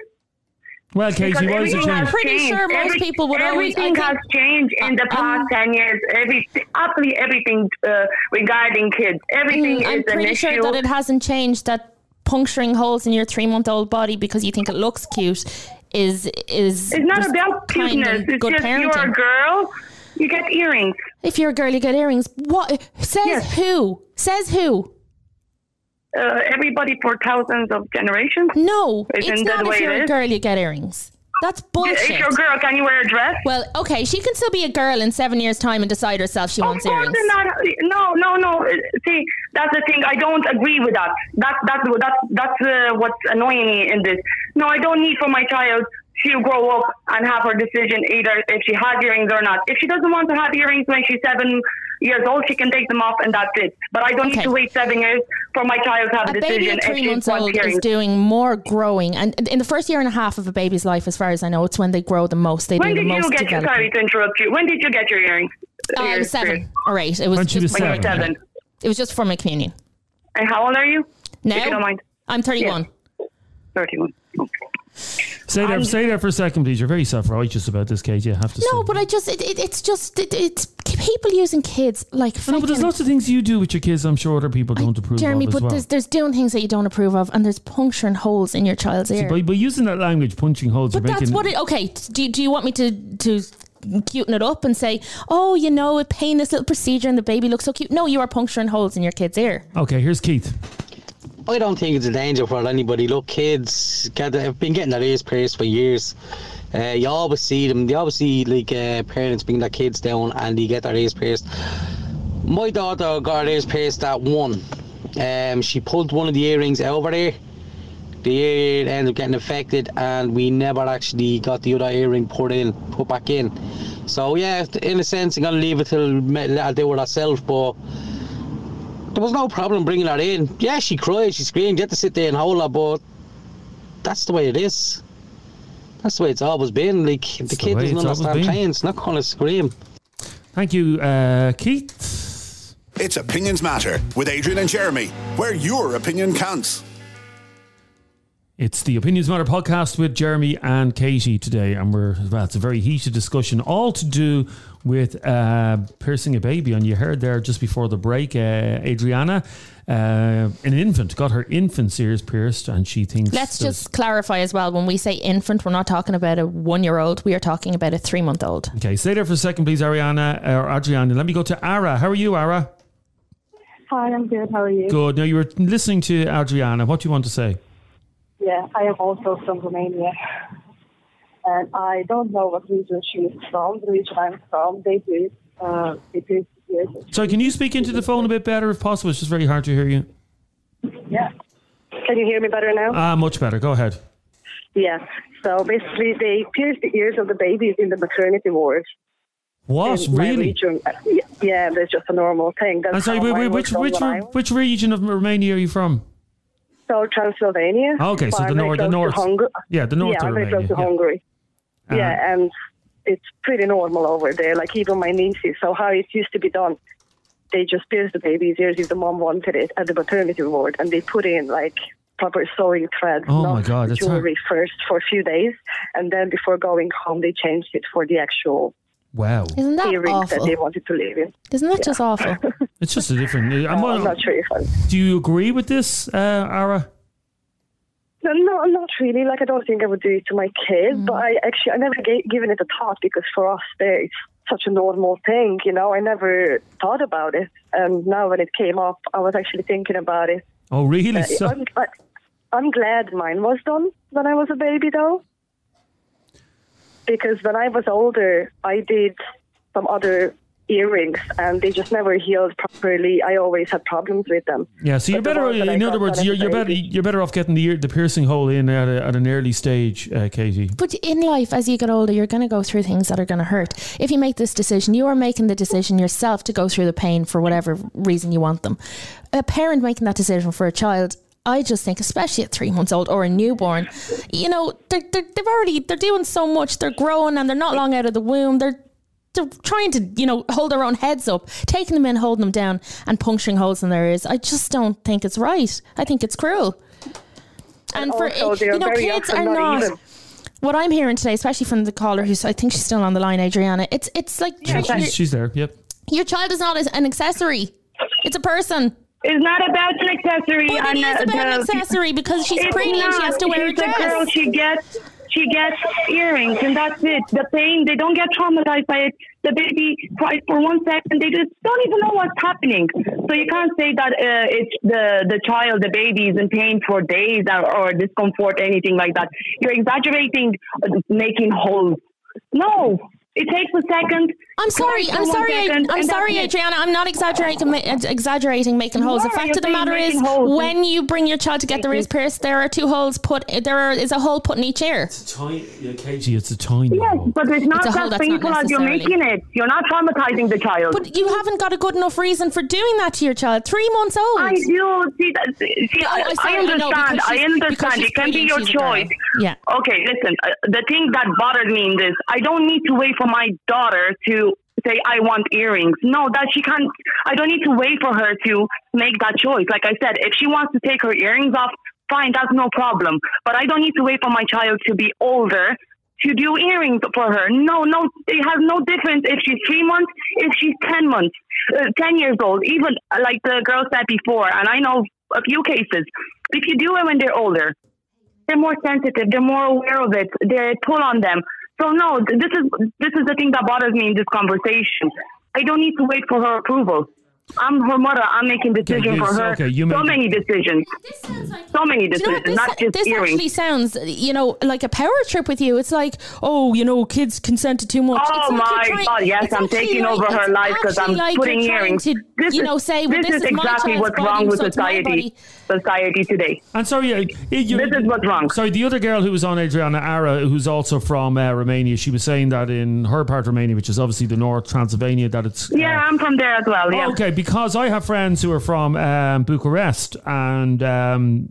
[SPEAKER 2] Well, Casey, why is it
[SPEAKER 11] everything
[SPEAKER 2] changed?
[SPEAKER 11] has
[SPEAKER 3] Pretty
[SPEAKER 11] changed.
[SPEAKER 3] sure most people would always- I
[SPEAKER 11] Everything
[SPEAKER 3] think-
[SPEAKER 11] has changed in the past
[SPEAKER 3] I'm-
[SPEAKER 11] ten years. Every absolutely everything uh, regarding kids. Everything
[SPEAKER 3] Mm, I'm
[SPEAKER 11] is an
[SPEAKER 3] pretty
[SPEAKER 11] issue.
[SPEAKER 3] sure that it hasn't changed that puncturing holes in your three month old body because you think it looks cute is is
[SPEAKER 11] it's not
[SPEAKER 3] just
[SPEAKER 11] about
[SPEAKER 3] kind and
[SPEAKER 11] cuteness. It's
[SPEAKER 3] good
[SPEAKER 11] just you're a
[SPEAKER 3] parenting.
[SPEAKER 11] girl. You get earrings.
[SPEAKER 3] if you're a girl you get earrings what says
[SPEAKER 11] Yes.
[SPEAKER 3] who says who
[SPEAKER 11] Uh, everybody for thousands of generations.
[SPEAKER 3] no
[SPEAKER 11] Isn't
[SPEAKER 3] it's
[SPEAKER 11] that
[SPEAKER 3] not
[SPEAKER 11] the way
[SPEAKER 3] if
[SPEAKER 11] it
[SPEAKER 3] you're a
[SPEAKER 11] is?
[SPEAKER 3] girl you get earrings that's bullshit
[SPEAKER 11] If you're a girl, can you wear a dress?
[SPEAKER 3] well okay she can still be a girl in seven years time and decide herself she
[SPEAKER 11] Of
[SPEAKER 3] wants
[SPEAKER 11] course
[SPEAKER 3] earrings
[SPEAKER 11] not. No, no, no. eh, See, that's the thing. I don't agree with that. That that's that's that's uh, what's annoying me in this. No, I don't need for my child to grow up and have her decision either if she has earrings or not. If she doesn't want to have earrings when she's seven years old, she can take them off and that's it. But I don't need
[SPEAKER 3] Okay.
[SPEAKER 11] to wait seven years for my child to have
[SPEAKER 3] a
[SPEAKER 11] a
[SPEAKER 3] baby
[SPEAKER 11] decision
[SPEAKER 3] at
[SPEAKER 11] if
[SPEAKER 3] three
[SPEAKER 11] she
[SPEAKER 3] months
[SPEAKER 11] wants
[SPEAKER 3] old is
[SPEAKER 11] earrings.
[SPEAKER 3] doing more growing, and in the first year and a half of a baby's life, as far as I know, it's when they grow the most. They
[SPEAKER 11] When
[SPEAKER 3] do
[SPEAKER 11] did
[SPEAKER 3] the most
[SPEAKER 11] you get your?
[SPEAKER 3] development.
[SPEAKER 11] Sorry to interrupt you. When did you get your earrings?
[SPEAKER 3] Uh, I was
[SPEAKER 11] Ears pierced?
[SPEAKER 3] seven or eight. It was
[SPEAKER 2] When she was
[SPEAKER 3] just
[SPEAKER 11] When you were
[SPEAKER 2] Seven.
[SPEAKER 11] seven.
[SPEAKER 3] it was just for my communion.
[SPEAKER 11] And how old are you?
[SPEAKER 3] Now
[SPEAKER 11] If you don't mind.
[SPEAKER 3] I'm 31.
[SPEAKER 11] Thirty-one.
[SPEAKER 2] Stay there, stay there for a second, please. You're very self righteous about this, Kate. You have to.
[SPEAKER 3] No,
[SPEAKER 2] say.
[SPEAKER 3] but I just it, it, it's just it, it's people using kids like
[SPEAKER 2] No, but there's
[SPEAKER 3] fucking-
[SPEAKER 2] lots of things you do with your kids. I'm sure other people don't approve
[SPEAKER 3] Jeremy.
[SPEAKER 2] of as
[SPEAKER 3] But
[SPEAKER 2] well.
[SPEAKER 3] there's there's doing things that you don't approve of, and there's puncturing holes in your child's ear.
[SPEAKER 2] by, by using that language, punching holes,
[SPEAKER 3] But
[SPEAKER 2] you're
[SPEAKER 3] that's
[SPEAKER 2] making
[SPEAKER 3] what it. Okay, do you- do you want me to to cuten it up and say, oh, you know, a painless little procedure and the baby looks so cute? No, you are puncturing holes in your kid's ear.
[SPEAKER 2] Okay, here's Keith.
[SPEAKER 12] I don't think it's a danger for anybody. Look, kids get, have been getting their ears pierced for years. Uh, you always see them. You always see like uh, parents bring their kids down and they get their ears pierced. My daughter got her ears pierced at one. Um, she pulled one of the earrings over there. The ear ended up getting affected, and we never actually got the other earring put in, put back in. So yeah, in a sense, I'm gonna leave it till me- let her do it herself. But there was no problem bringing her in. Yeah, she cried, she screamed, you had to sit there and hold her, but that's the way it is. That's the way it's always been. Like, the
[SPEAKER 2] the
[SPEAKER 12] kid
[SPEAKER 2] way
[SPEAKER 12] doesn't
[SPEAKER 2] it's always
[SPEAKER 12] understand
[SPEAKER 2] been.
[SPEAKER 12] pain, it's not going to scream.
[SPEAKER 2] Thank you, uh, Keith.
[SPEAKER 9] It's Opinions Matter with Adrian and Jeremy, where your opinion counts.
[SPEAKER 2] It's the Opinions Matter podcast with Jeremy and Katie today, and we're well, it's a very heated discussion, all to do with uh, piercing a baby. And you heard there just before the break, uh, Adriana, uh, an infant, got her infant's ears pierced, and she thinks
[SPEAKER 3] Let's
[SPEAKER 2] there's-
[SPEAKER 3] just clarify as well. When we say infant, we're not talking about a one year old. We are talking about a three month old.
[SPEAKER 2] Okay, stay there for a second, please, Ariana or Adriana. Let me go to Ara. How are you, Ara?
[SPEAKER 4] Hi, I'm good. How are you?
[SPEAKER 2] Good. Now you were listening to Adriana. What do you want to say?
[SPEAKER 4] Yeah, I am also from Romania. And I don't know what region she is from, the region I'm from. They do. Uh, it is, yes.
[SPEAKER 2] Sorry, can you speak into the phone a bit better if possible? It's just very hard to hear you.
[SPEAKER 4] Yeah. Can you hear me better now?
[SPEAKER 2] Ah, much better. Go ahead.
[SPEAKER 4] yeah. So basically, they pierce the ears of the babies in the maternity ward.
[SPEAKER 2] What
[SPEAKER 4] in my
[SPEAKER 2] really?
[SPEAKER 4] region. Uh, y- Yeah, that's just a normal thing. That's
[SPEAKER 2] I'm sorry.
[SPEAKER 4] how
[SPEAKER 2] Wait,
[SPEAKER 4] mine
[SPEAKER 2] wait,
[SPEAKER 4] was
[SPEAKER 2] which
[SPEAKER 4] done
[SPEAKER 2] which
[SPEAKER 4] when I
[SPEAKER 2] re-
[SPEAKER 4] was.
[SPEAKER 2] which region of Romania are you from?
[SPEAKER 4] So Transylvania.
[SPEAKER 2] Ah, Okay, so
[SPEAKER 4] far
[SPEAKER 2] the
[SPEAKER 4] very
[SPEAKER 2] north, the
[SPEAKER 4] close to
[SPEAKER 2] north.
[SPEAKER 4] Hungar-
[SPEAKER 2] Yeah, the north
[SPEAKER 4] yeah,
[SPEAKER 2] of
[SPEAKER 4] very close
[SPEAKER 2] Romania.
[SPEAKER 4] to
[SPEAKER 2] yeah.
[SPEAKER 4] Hungary.
[SPEAKER 2] Uh-huh.
[SPEAKER 4] Yeah, and it's pretty normal over there. Like even my nieces. So how it used to be done, they just pierce the baby's ears if the mom wanted it at the maternity ward, and they put in like proper sewing threads,
[SPEAKER 2] Oh my
[SPEAKER 4] not
[SPEAKER 2] God, that's hard.
[SPEAKER 4] jewelry first for a few days, and then before going home, they changed it for the actual
[SPEAKER 2] Wow,
[SPEAKER 3] Isn't that
[SPEAKER 4] earrings that
[SPEAKER 3] awful?
[SPEAKER 4] they wanted to live in.
[SPEAKER 3] Isn't that just awful?
[SPEAKER 2] <laughs> it's just a different. uh, I'm,
[SPEAKER 4] I'm not sure if I'm.
[SPEAKER 2] Do you agree with this, uh, Ara?
[SPEAKER 13] No, not really. Like I don't think I would do it to my kids, but I actually I never gave, given it a thought because for us there it's such a normal thing, you know. I never thought about it, and now when it came up, I was actually thinking about it.
[SPEAKER 2] Oh, really?
[SPEAKER 13] Uh,
[SPEAKER 2] So-
[SPEAKER 13] I'm, I, I'm glad mine was done when I was a baby, though, because when I was older, I did some other earrings, and they just never healed properly. I always had problems with them.
[SPEAKER 2] Yeah, so you're
[SPEAKER 13] But the
[SPEAKER 2] better.
[SPEAKER 13] ones that I
[SPEAKER 2] In other
[SPEAKER 13] got
[SPEAKER 2] words,
[SPEAKER 13] when I
[SPEAKER 2] you're
[SPEAKER 13] was
[SPEAKER 2] you're
[SPEAKER 13] a
[SPEAKER 2] better.
[SPEAKER 13] baby-
[SPEAKER 2] You're better off getting the ear, the piercing hole in at, a, at an early stage, uh, Katie.
[SPEAKER 3] But in life, as you get older, you're going to go through things that are going to hurt. If you make this decision, you are making the decision yourself to go through the pain for whatever reason you want them. A parent making that decision for a child, I just think, especially at three months old or a newborn, you know, they're, they're, they've already they're doing so much. They're growing and they're not long out of the womb. They're they're trying to you know hold their own heads up, taking them in, holding them down, and puncturing holes in their ears. I just don't think it's right. I think it's cruel. And, for
[SPEAKER 13] also, they are
[SPEAKER 3] you know,
[SPEAKER 13] very
[SPEAKER 3] kids
[SPEAKER 13] often
[SPEAKER 3] are
[SPEAKER 13] not
[SPEAKER 3] not
[SPEAKER 13] even.
[SPEAKER 3] what I'm hearing today, especially from the caller who's I think she's still on the line, Adriana, it's it's like treating
[SPEAKER 2] she's, she's there. Yep.
[SPEAKER 3] your, your child is not as an accessory. It's a person.
[SPEAKER 11] It's not about an accessory.
[SPEAKER 3] But it
[SPEAKER 11] Anna,
[SPEAKER 3] is about
[SPEAKER 11] the-
[SPEAKER 3] an accessory because she's
[SPEAKER 11] It's
[SPEAKER 3] pretty and she has to
[SPEAKER 11] not.
[SPEAKER 3] wear a
[SPEAKER 11] She's
[SPEAKER 3] dress.
[SPEAKER 11] girl. She gets she gets earrings, and that's it. The pain. They don't get traumatized by it. The baby cries for one second. They just don't even know what's happening. So you can't say that uh, it's the the child, the baby is in pain for days or, or discomfort, anything like that. You're exaggerating, uh, making holes. No, it takes a second.
[SPEAKER 3] I'm sorry.
[SPEAKER 11] cries for
[SPEAKER 3] I'm
[SPEAKER 11] one
[SPEAKER 3] sorry. I-
[SPEAKER 11] second,
[SPEAKER 3] I'm
[SPEAKER 11] and that's
[SPEAKER 3] sorry,
[SPEAKER 11] it.
[SPEAKER 3] Adriana. I'm not exaggerating. ma- ex- Exaggerating making holes. The
[SPEAKER 11] are,
[SPEAKER 3] fact
[SPEAKER 11] you're
[SPEAKER 3] of the
[SPEAKER 11] saying
[SPEAKER 3] matter is,
[SPEAKER 11] making holes.
[SPEAKER 3] when you bring your child to get their ears pierced, there are two holes put. There are, is a hole put in each ear.
[SPEAKER 2] Tiny, yeah, Katie, it's a tiny.
[SPEAKER 11] Yes, but it's not
[SPEAKER 3] It's a hole
[SPEAKER 11] as
[SPEAKER 3] that's not
[SPEAKER 11] painful as you're
[SPEAKER 3] necessarily-
[SPEAKER 11] making it. You're not traumatizing the child.
[SPEAKER 3] But you haven't got a good enough reason for doing that to your child. Three months old.
[SPEAKER 11] I do see that. See,
[SPEAKER 3] No,
[SPEAKER 11] I,
[SPEAKER 3] I
[SPEAKER 11] I
[SPEAKER 3] certainly know,
[SPEAKER 11] understand.
[SPEAKER 3] because
[SPEAKER 11] I
[SPEAKER 3] she's- because
[SPEAKER 11] understand.
[SPEAKER 3] she's
[SPEAKER 11] It can be
[SPEAKER 3] pretty
[SPEAKER 11] your
[SPEAKER 3] and she's a girl.
[SPEAKER 11] choice.
[SPEAKER 3] Yeah.
[SPEAKER 11] Okay, listen. Uh, the thing that bothered me in this, I don't need to wait for my daughter to say I want earrings. No, that she can't. I don't need to wait for her to make that choice. Like I said, if she wants to take her earrings off, fine, that's no problem. But I don't need to wait for my child to be older. To do earrings for her. No, no, it has no difference if she's three months, if she's 10 months, uh, 10 years old, even uh, like the girl said before. And I know a few cases. If you do it when they're older, they're more sensitive. They're more aware of it. They pull on them. So no, th- this is this is the thing that bothers me in this conversation. I don't need to wait for her approval. I'm her mother. I'm making decisions
[SPEAKER 2] you-
[SPEAKER 11] for her.
[SPEAKER 2] okay, you
[SPEAKER 11] so
[SPEAKER 2] made-
[SPEAKER 11] many decisions. so many
[SPEAKER 3] Do
[SPEAKER 11] decisions,
[SPEAKER 3] you know what? This,
[SPEAKER 11] not just
[SPEAKER 3] this
[SPEAKER 11] earrings.
[SPEAKER 3] actually sounds, you know, like a power trip with you. It's like, oh, you know, kids consented too much.
[SPEAKER 11] Oh
[SPEAKER 3] It's like you're
[SPEAKER 11] my
[SPEAKER 3] trying-
[SPEAKER 11] God! Yes,
[SPEAKER 3] it's
[SPEAKER 11] I'm
[SPEAKER 3] actually
[SPEAKER 11] taking
[SPEAKER 3] like-
[SPEAKER 11] over her
[SPEAKER 3] it's
[SPEAKER 11] life because I'm
[SPEAKER 3] actually like
[SPEAKER 11] putting
[SPEAKER 3] you're trying
[SPEAKER 11] earrings.
[SPEAKER 3] To,
[SPEAKER 11] this
[SPEAKER 3] you
[SPEAKER 11] is,
[SPEAKER 3] know, say, well, this,
[SPEAKER 11] is
[SPEAKER 3] my
[SPEAKER 11] exactly
[SPEAKER 3] child's
[SPEAKER 11] what's
[SPEAKER 3] body,
[SPEAKER 11] wrong with
[SPEAKER 3] so it's my body.
[SPEAKER 11] society. Society today.
[SPEAKER 2] And sorry, uh, you,
[SPEAKER 11] This is what's wrong.
[SPEAKER 2] Sorry, the other girl who was on Adriana Ara, who's also from uh, Romania, she was saying that in her part of Romania, which is obviously the North Transylvania, that it's
[SPEAKER 11] Yeah, I'm from there as well. Yeah.
[SPEAKER 2] Okay, because I have friends who are from um, Bucharest, and um,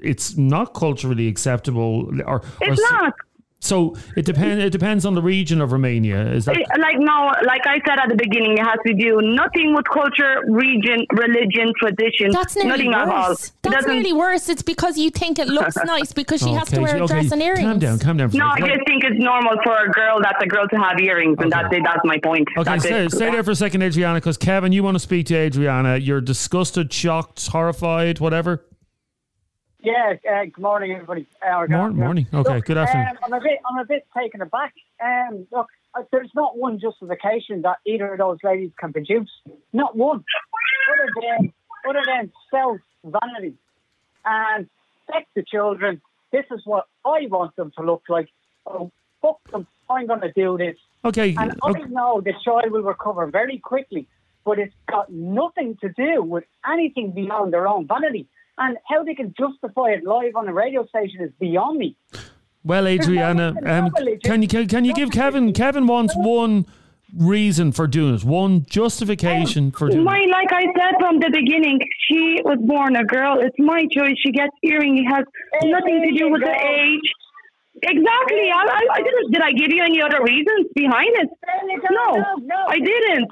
[SPEAKER 2] it's not culturally acceptable. Or,
[SPEAKER 11] It's
[SPEAKER 2] or,
[SPEAKER 11] not.
[SPEAKER 2] So it depends. It depends on the region of Romania. Is that
[SPEAKER 11] It- Eh, like no, like I said at the beginning, it has to do nothing with culture, region, religion, tradition.
[SPEAKER 3] That's nearly
[SPEAKER 11] nothing at all.
[SPEAKER 3] worse.
[SPEAKER 11] It
[SPEAKER 3] That's
[SPEAKER 11] doesn't-
[SPEAKER 3] nearly worse. It's because you think it
[SPEAKER 11] <laughs>
[SPEAKER 3] looks nice because she has to
[SPEAKER 2] Okay,
[SPEAKER 3] wear a
[SPEAKER 2] okay,
[SPEAKER 3] dress and earrings.
[SPEAKER 2] Calm down. Calm down. for a
[SPEAKER 11] No, I
[SPEAKER 2] second.
[SPEAKER 11] just think it's normal for a girl. That's a girl to have earrings, and that's it. That's my point.
[SPEAKER 2] Okay,
[SPEAKER 11] that's
[SPEAKER 2] stay,
[SPEAKER 11] it.
[SPEAKER 2] stay there for a second, Adriana, because Kevin, you want to speak to Adriana. You're disgusted, shocked, horrified, whatever.
[SPEAKER 6] Yeah, uh, good morning, everybody. Uh, or good
[SPEAKER 2] Morning,
[SPEAKER 6] afternoon.
[SPEAKER 2] morning. Okay,
[SPEAKER 6] Look,
[SPEAKER 2] good afternoon.
[SPEAKER 6] Um, I'm a bit, I'm a bit taken aback. Um, look, uh, there's not one justification that either of those ladies can produce. Not one. Other than, other than self vanity, and sex the children. This is what I want them to look like. Oh, fuck them! I'm going to do this.
[SPEAKER 2] Okay,
[SPEAKER 6] And
[SPEAKER 2] okay.
[SPEAKER 6] I know the child will recover very quickly, but it's got nothing to do with anything beyond their own vanity. And how they can justify it live on a radio station is beyond me.
[SPEAKER 2] Well, Adriana, um, can you can, can you give Kevin? Kevin wants one reason for doing it, one justification for doing it.
[SPEAKER 11] Why, like I said from the beginning, she was born a girl. It's my choice. She gets earring. It has nothing to do with the age. Exactly. I, I, I didn't. Did I give you any other reasons behind it? No, I didn't.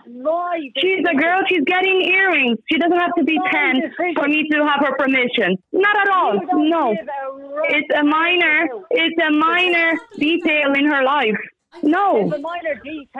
[SPEAKER 11] She's a girl. She's getting earrings. She doesn't have to be ten for me to have her permission. Not at all. No, it's a minor. It's a minor detail in her life. No.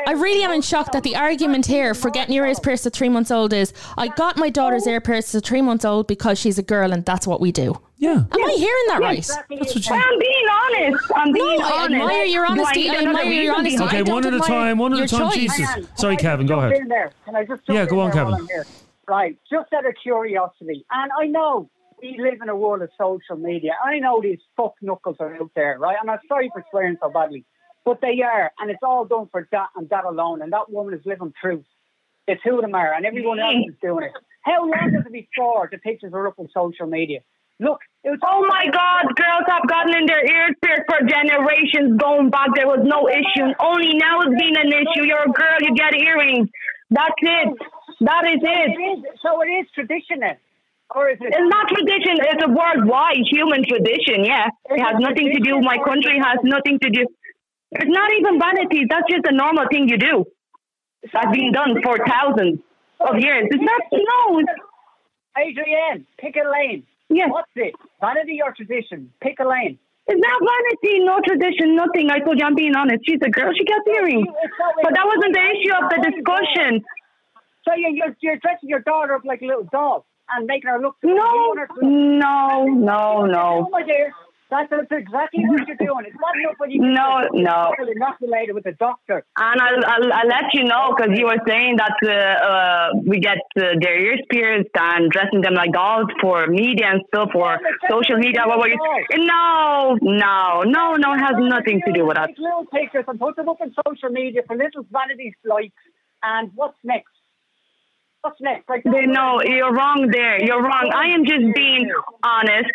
[SPEAKER 3] I really am in shock that the argument here for getting your ears pierced at three months old is I got my daughter's ear pierced at three months old because she's a girl and that's what we do.
[SPEAKER 2] Yeah.
[SPEAKER 3] Am I hearing that
[SPEAKER 11] Yeah,
[SPEAKER 3] right?
[SPEAKER 11] exactly.
[SPEAKER 2] That's what she-
[SPEAKER 11] I'm being honest. I'm being
[SPEAKER 3] No, I
[SPEAKER 11] honest.
[SPEAKER 3] admire your
[SPEAKER 11] Do I
[SPEAKER 3] honesty.
[SPEAKER 11] need
[SPEAKER 3] I
[SPEAKER 11] another
[SPEAKER 3] admire your
[SPEAKER 11] reason
[SPEAKER 3] honesty.
[SPEAKER 11] behind
[SPEAKER 2] Okay,
[SPEAKER 11] it?
[SPEAKER 2] one at a time, one at a
[SPEAKER 3] your
[SPEAKER 2] time.
[SPEAKER 3] choice.
[SPEAKER 2] Jesus.
[SPEAKER 3] Hang
[SPEAKER 2] Sorry, Kevin, go
[SPEAKER 6] jump
[SPEAKER 2] ahead.
[SPEAKER 6] in there? Can I just jump
[SPEAKER 2] Yeah, go
[SPEAKER 6] in
[SPEAKER 2] on,
[SPEAKER 6] there while
[SPEAKER 2] Kevin.
[SPEAKER 6] I'm here? Right, just out of curiosity, and I know we live in a world of social media. I know these fuck knuckles are out there, right? And I'm sorry for swearing so badly, but they are, and it's all done for that and that alone. And that woman is living truth. It's who them are, and everyone else is doing it. How long was it before the pictures were up on social media? Look, it was.
[SPEAKER 11] Oh my God, girls have gotten in their ears pierced for generations going back. There was no issue. Only now it's been an issue. You're a girl, you get earrings. That's it. That is
[SPEAKER 6] So
[SPEAKER 11] it.
[SPEAKER 6] it is. So it is tradition, then, or is it?
[SPEAKER 11] It's not tradition, it's a worldwide human tradition, yeah. It has nothing to do, my country has nothing to do. It's not even vanity, that's just a normal thing you do. That's been done for thousands of years. It's not, no, it's,
[SPEAKER 6] Adrienne, pick a lane.
[SPEAKER 11] Yes.
[SPEAKER 6] What's it? Vanity or tradition? Pick a lane.
[SPEAKER 11] It's not vanity, no tradition, nothing. I told you, I'm being honest. She's a girl, she gets earrings. But that wasn't the issue of the discussion.
[SPEAKER 6] So you- you're, you're dressing your daughter up like a little doll and making her look.
[SPEAKER 11] No, no, no,
[SPEAKER 6] Oh
[SPEAKER 11] no.
[SPEAKER 6] my dear, that's, that's exactly what you're doing. It's not enough when you
[SPEAKER 11] No, no.
[SPEAKER 6] You're not related with the doctor.
[SPEAKER 11] And I'll, I'll, I'll let you know because you were saying that uh, uh, we get uh, their ears pierced and dressing them like dolls for media and stuff or social media. What were you? No, no, no, no, it has nothing to do with that.
[SPEAKER 6] Take little pictures and put them up on social media for little vanity likes. And what's next? What's next? Like,
[SPEAKER 11] They- No, you're wrong there. You're wrong. I am just being honest.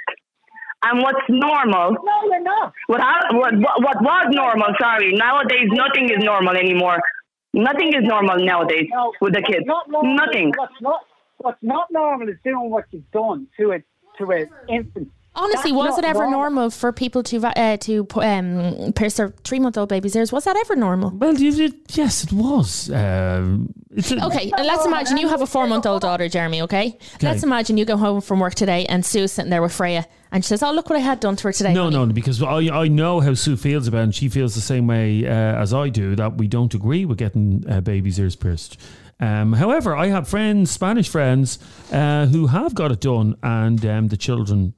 [SPEAKER 11] And what's normal?
[SPEAKER 6] No, you're not.
[SPEAKER 11] What, I, what, what, what was normal? Sorry. Nowadays, nothing is normal anymore. Nothing is normal nowadays with the kids.
[SPEAKER 6] Not normal.
[SPEAKER 11] Nothing.
[SPEAKER 6] What's not what's not normal is doing what you've done to it to an infant.
[SPEAKER 3] Honestly,
[SPEAKER 6] That's
[SPEAKER 3] was
[SPEAKER 6] not
[SPEAKER 3] it ever
[SPEAKER 6] normal.
[SPEAKER 3] normal for people to va- uh, to um, pierce their three month old babies' ears? Was that ever normal?
[SPEAKER 2] <laughs> Well, you, you, yes, it was. Um, it's a,
[SPEAKER 3] Okay, and let's imagine you have a four month old daughter, Jeremy, okay? Let's imagine you go home from work today and Sue's sitting there with Freya and she says, Oh, look what I had done to her today.
[SPEAKER 2] No, no, because I, I know how Sue feels about it, and she feels the same way uh, as I do that we don't agree with getting uh, babies' ears pierced. Um, however, I have friends, Spanish friends, uh, who have got it done, and um, the children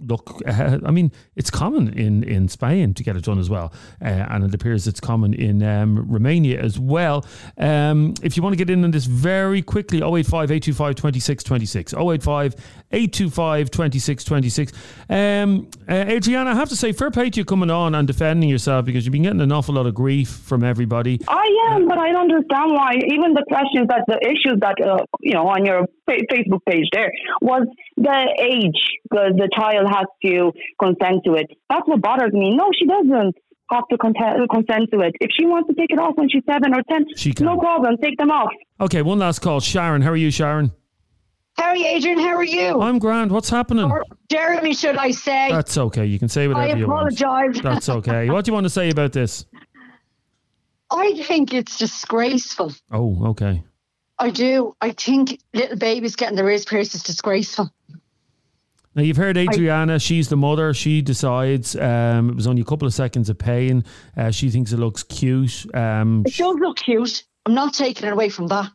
[SPEAKER 2] look. Uh, I mean, it's common in, in Spain to get it done as well, uh, and it appears it's common in um, Romania as well. Um, if you want to get in on this very quickly, 085 825 2626. 085 825 2626. Um, uh, Adriana, I have to say, fair play to you coming on and defending yourself because you've been getting an awful lot of grief from everybody.
[SPEAKER 11] I am, but I don't understand why. Even the questions that the issues that uh, you know on your fa- Facebook page there was the age because the child has to consent to it. That's what bothers me. No, she doesn't have to content- consent to it. If she wants to take it off when she's seven or ten,
[SPEAKER 2] She can.
[SPEAKER 11] no problem. Take them off.
[SPEAKER 2] Okay, one last call. Sharon, how are you, Sharon?
[SPEAKER 14] How are you, Adrian? How are you?
[SPEAKER 2] I'm grand. What's happening? Uh,
[SPEAKER 14] Jeremy, should I say?
[SPEAKER 2] That's okay. You can say whatever
[SPEAKER 14] I
[SPEAKER 2] you want.
[SPEAKER 14] apologise.
[SPEAKER 2] That's okay. What do you want to say about this?
[SPEAKER 14] I think it's disgraceful.
[SPEAKER 2] Oh, okay.
[SPEAKER 14] I do. I think little babies getting their ears pierced is disgraceful.
[SPEAKER 2] Mm. Now you've heard Adriana. she's the mother. She decides. Um, it was only a couple of seconds of pain. Uh, she thinks it looks cute. Um,
[SPEAKER 14] It does look cute. I'm not taking it away from that.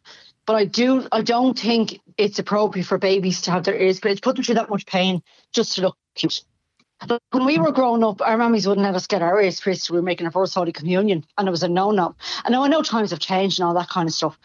[SPEAKER 14] But I do I don't think it's appropriate for babies to have their ears pierced, put them through that much pain just to look cute. But When we were growing up, our mummies wouldn't let us get our ears pierced. We were making our first Holy Communion, and it was a no-no. And now I know times have changed and all that kind of stuff,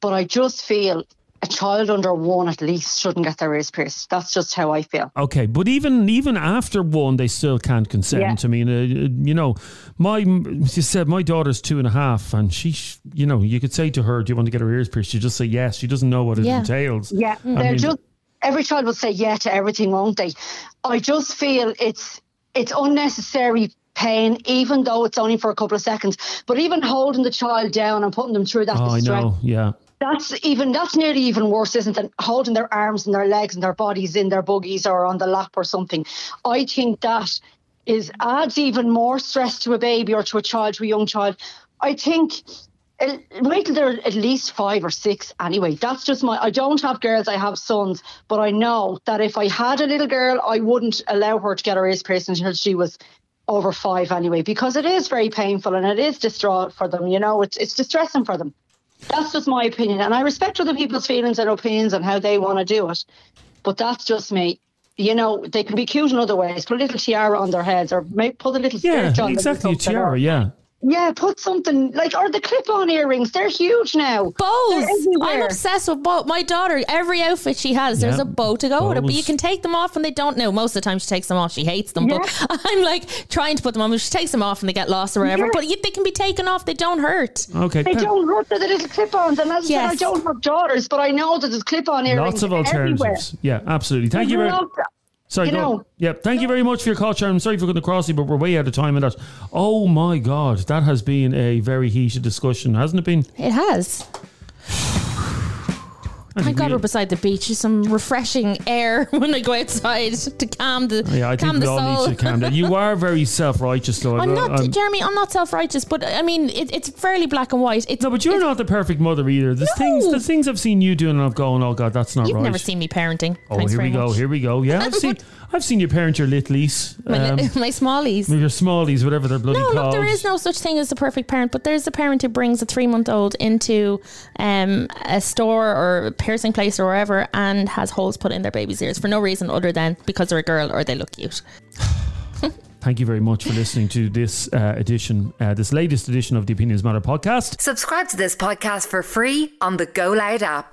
[SPEAKER 14] but I just feel a child under one at least shouldn't get their ears pierced. That's just how I feel.
[SPEAKER 2] okay, but even even after one, they still can't consent.
[SPEAKER 14] Yeah.
[SPEAKER 2] I mean, uh, you know, my she said my daughter's two and a half, and she, sh- you know, you could say to her, "Do you want to get her ears pierced?" She just say yes. She doesn't know what it entails.
[SPEAKER 14] Yeah,
[SPEAKER 2] I
[SPEAKER 14] they're
[SPEAKER 2] mean-
[SPEAKER 14] just every child will say yeah to everything, won't they? I just feel it's it's unnecessary pain, even though it's only for a couple of seconds. But even holding the child down and putting them through that
[SPEAKER 2] Oh, I
[SPEAKER 14] distress,
[SPEAKER 2] know. Yeah.
[SPEAKER 14] that's even that's nearly even worse, isn't it? Holding their arms and their legs and their bodies in their buggies or on the lap or something. I think that is adds even more stress to a baby or to a child, to a young child. I think uh, wait till they're at least five or six anyway. That's just my I don't have girls, I have sons, but I know that if I had a little girl, I wouldn't allow her to get her ears pierced until she was over five anyway, because it is very painful and it is distraught for them, you know, it's it's distressing for them. That's just my opinion. And I respect other people's feelings and opinions and how they want to do it. But that's just me. You know, they can be cute in other ways. Put a little tiara on their heads or make, put a little
[SPEAKER 2] Yeah,
[SPEAKER 14] skirt on. them or
[SPEAKER 2] exactly. A
[SPEAKER 14] something, or-
[SPEAKER 2] tiara, yeah.
[SPEAKER 14] yeah, put something like or the clip-on earrings. They're huge now.
[SPEAKER 3] Bows.
[SPEAKER 14] They're everywhere.
[SPEAKER 3] I'm obsessed with bow. My daughter, every outfit she has, there's
[SPEAKER 14] Yeah,
[SPEAKER 3] a bow to go with it. But you
[SPEAKER 14] bows.
[SPEAKER 3] can take them off, and they don't know. Most of the time, she takes them off. She hates them. But <laughs> I'm like trying to put them on, but she takes them off, and they get lost or whatever.
[SPEAKER 14] Yeah.
[SPEAKER 3] But yet they can be taken off. They don't hurt.
[SPEAKER 2] Okay,
[SPEAKER 14] They
[SPEAKER 2] Pam.
[SPEAKER 14] don't hurt. They're the little clip-ons. And as I said, I don't have daughters, but I know that there's clip-on earrings
[SPEAKER 2] Lots of alternatives.
[SPEAKER 14] everywhere.
[SPEAKER 2] Yeah, absolutely. Thank you very
[SPEAKER 14] Love
[SPEAKER 2] much.
[SPEAKER 14] that.
[SPEAKER 2] Sorry,
[SPEAKER 14] You
[SPEAKER 2] go on.
[SPEAKER 14] know-
[SPEAKER 2] Yeah, thank you very much for your call, Sharon. I'm sorry for going to cross you, but we're way out of time on that. Oh my God, that has been a very heated discussion, hasn't it been?
[SPEAKER 3] It has. Thank God we're beside the beach. There's some refreshing air <laughs> when I go outside to calm the
[SPEAKER 2] Yeah, I
[SPEAKER 3] calm
[SPEAKER 2] think we
[SPEAKER 3] the
[SPEAKER 2] all
[SPEAKER 3] soul.
[SPEAKER 2] need to calm down. You are very self-righteous, though.
[SPEAKER 3] <laughs> I'm
[SPEAKER 2] I-
[SPEAKER 3] not,
[SPEAKER 2] I'm-
[SPEAKER 3] Jeremy. I'm not self-righteous, but I mean, it, it's fairly black and white. It's,
[SPEAKER 2] no, but you're not the perfect mother either. There's things, there's things I've seen you doing, and I've gone, oh God, that's not
[SPEAKER 3] You've
[SPEAKER 2] right.
[SPEAKER 3] never seen me parenting.
[SPEAKER 2] oh,
[SPEAKER 3] Thanks
[SPEAKER 2] here
[SPEAKER 3] very
[SPEAKER 2] we go,
[SPEAKER 3] much.
[SPEAKER 2] here we go. Yeah, I've
[SPEAKER 3] <laughs>
[SPEAKER 2] seen, I've seen you parent your little niece,
[SPEAKER 3] My,
[SPEAKER 2] um,
[SPEAKER 3] li- <laughs> my smallies.
[SPEAKER 2] your smallies, whatever they're bloody
[SPEAKER 3] No, look,
[SPEAKER 2] called.
[SPEAKER 3] there is no such thing as the perfect parent, but there's a parent who brings a three month old into um, a store or a piercing place or wherever and has holes put in their baby's ears for no reason other than because they're a girl or they look cute.
[SPEAKER 2] Thank you very much for listening to this uh, edition, uh, this latest edition of the Opinions Matter podcast.
[SPEAKER 1] Subscribe to this podcast for free on the Go Loud app.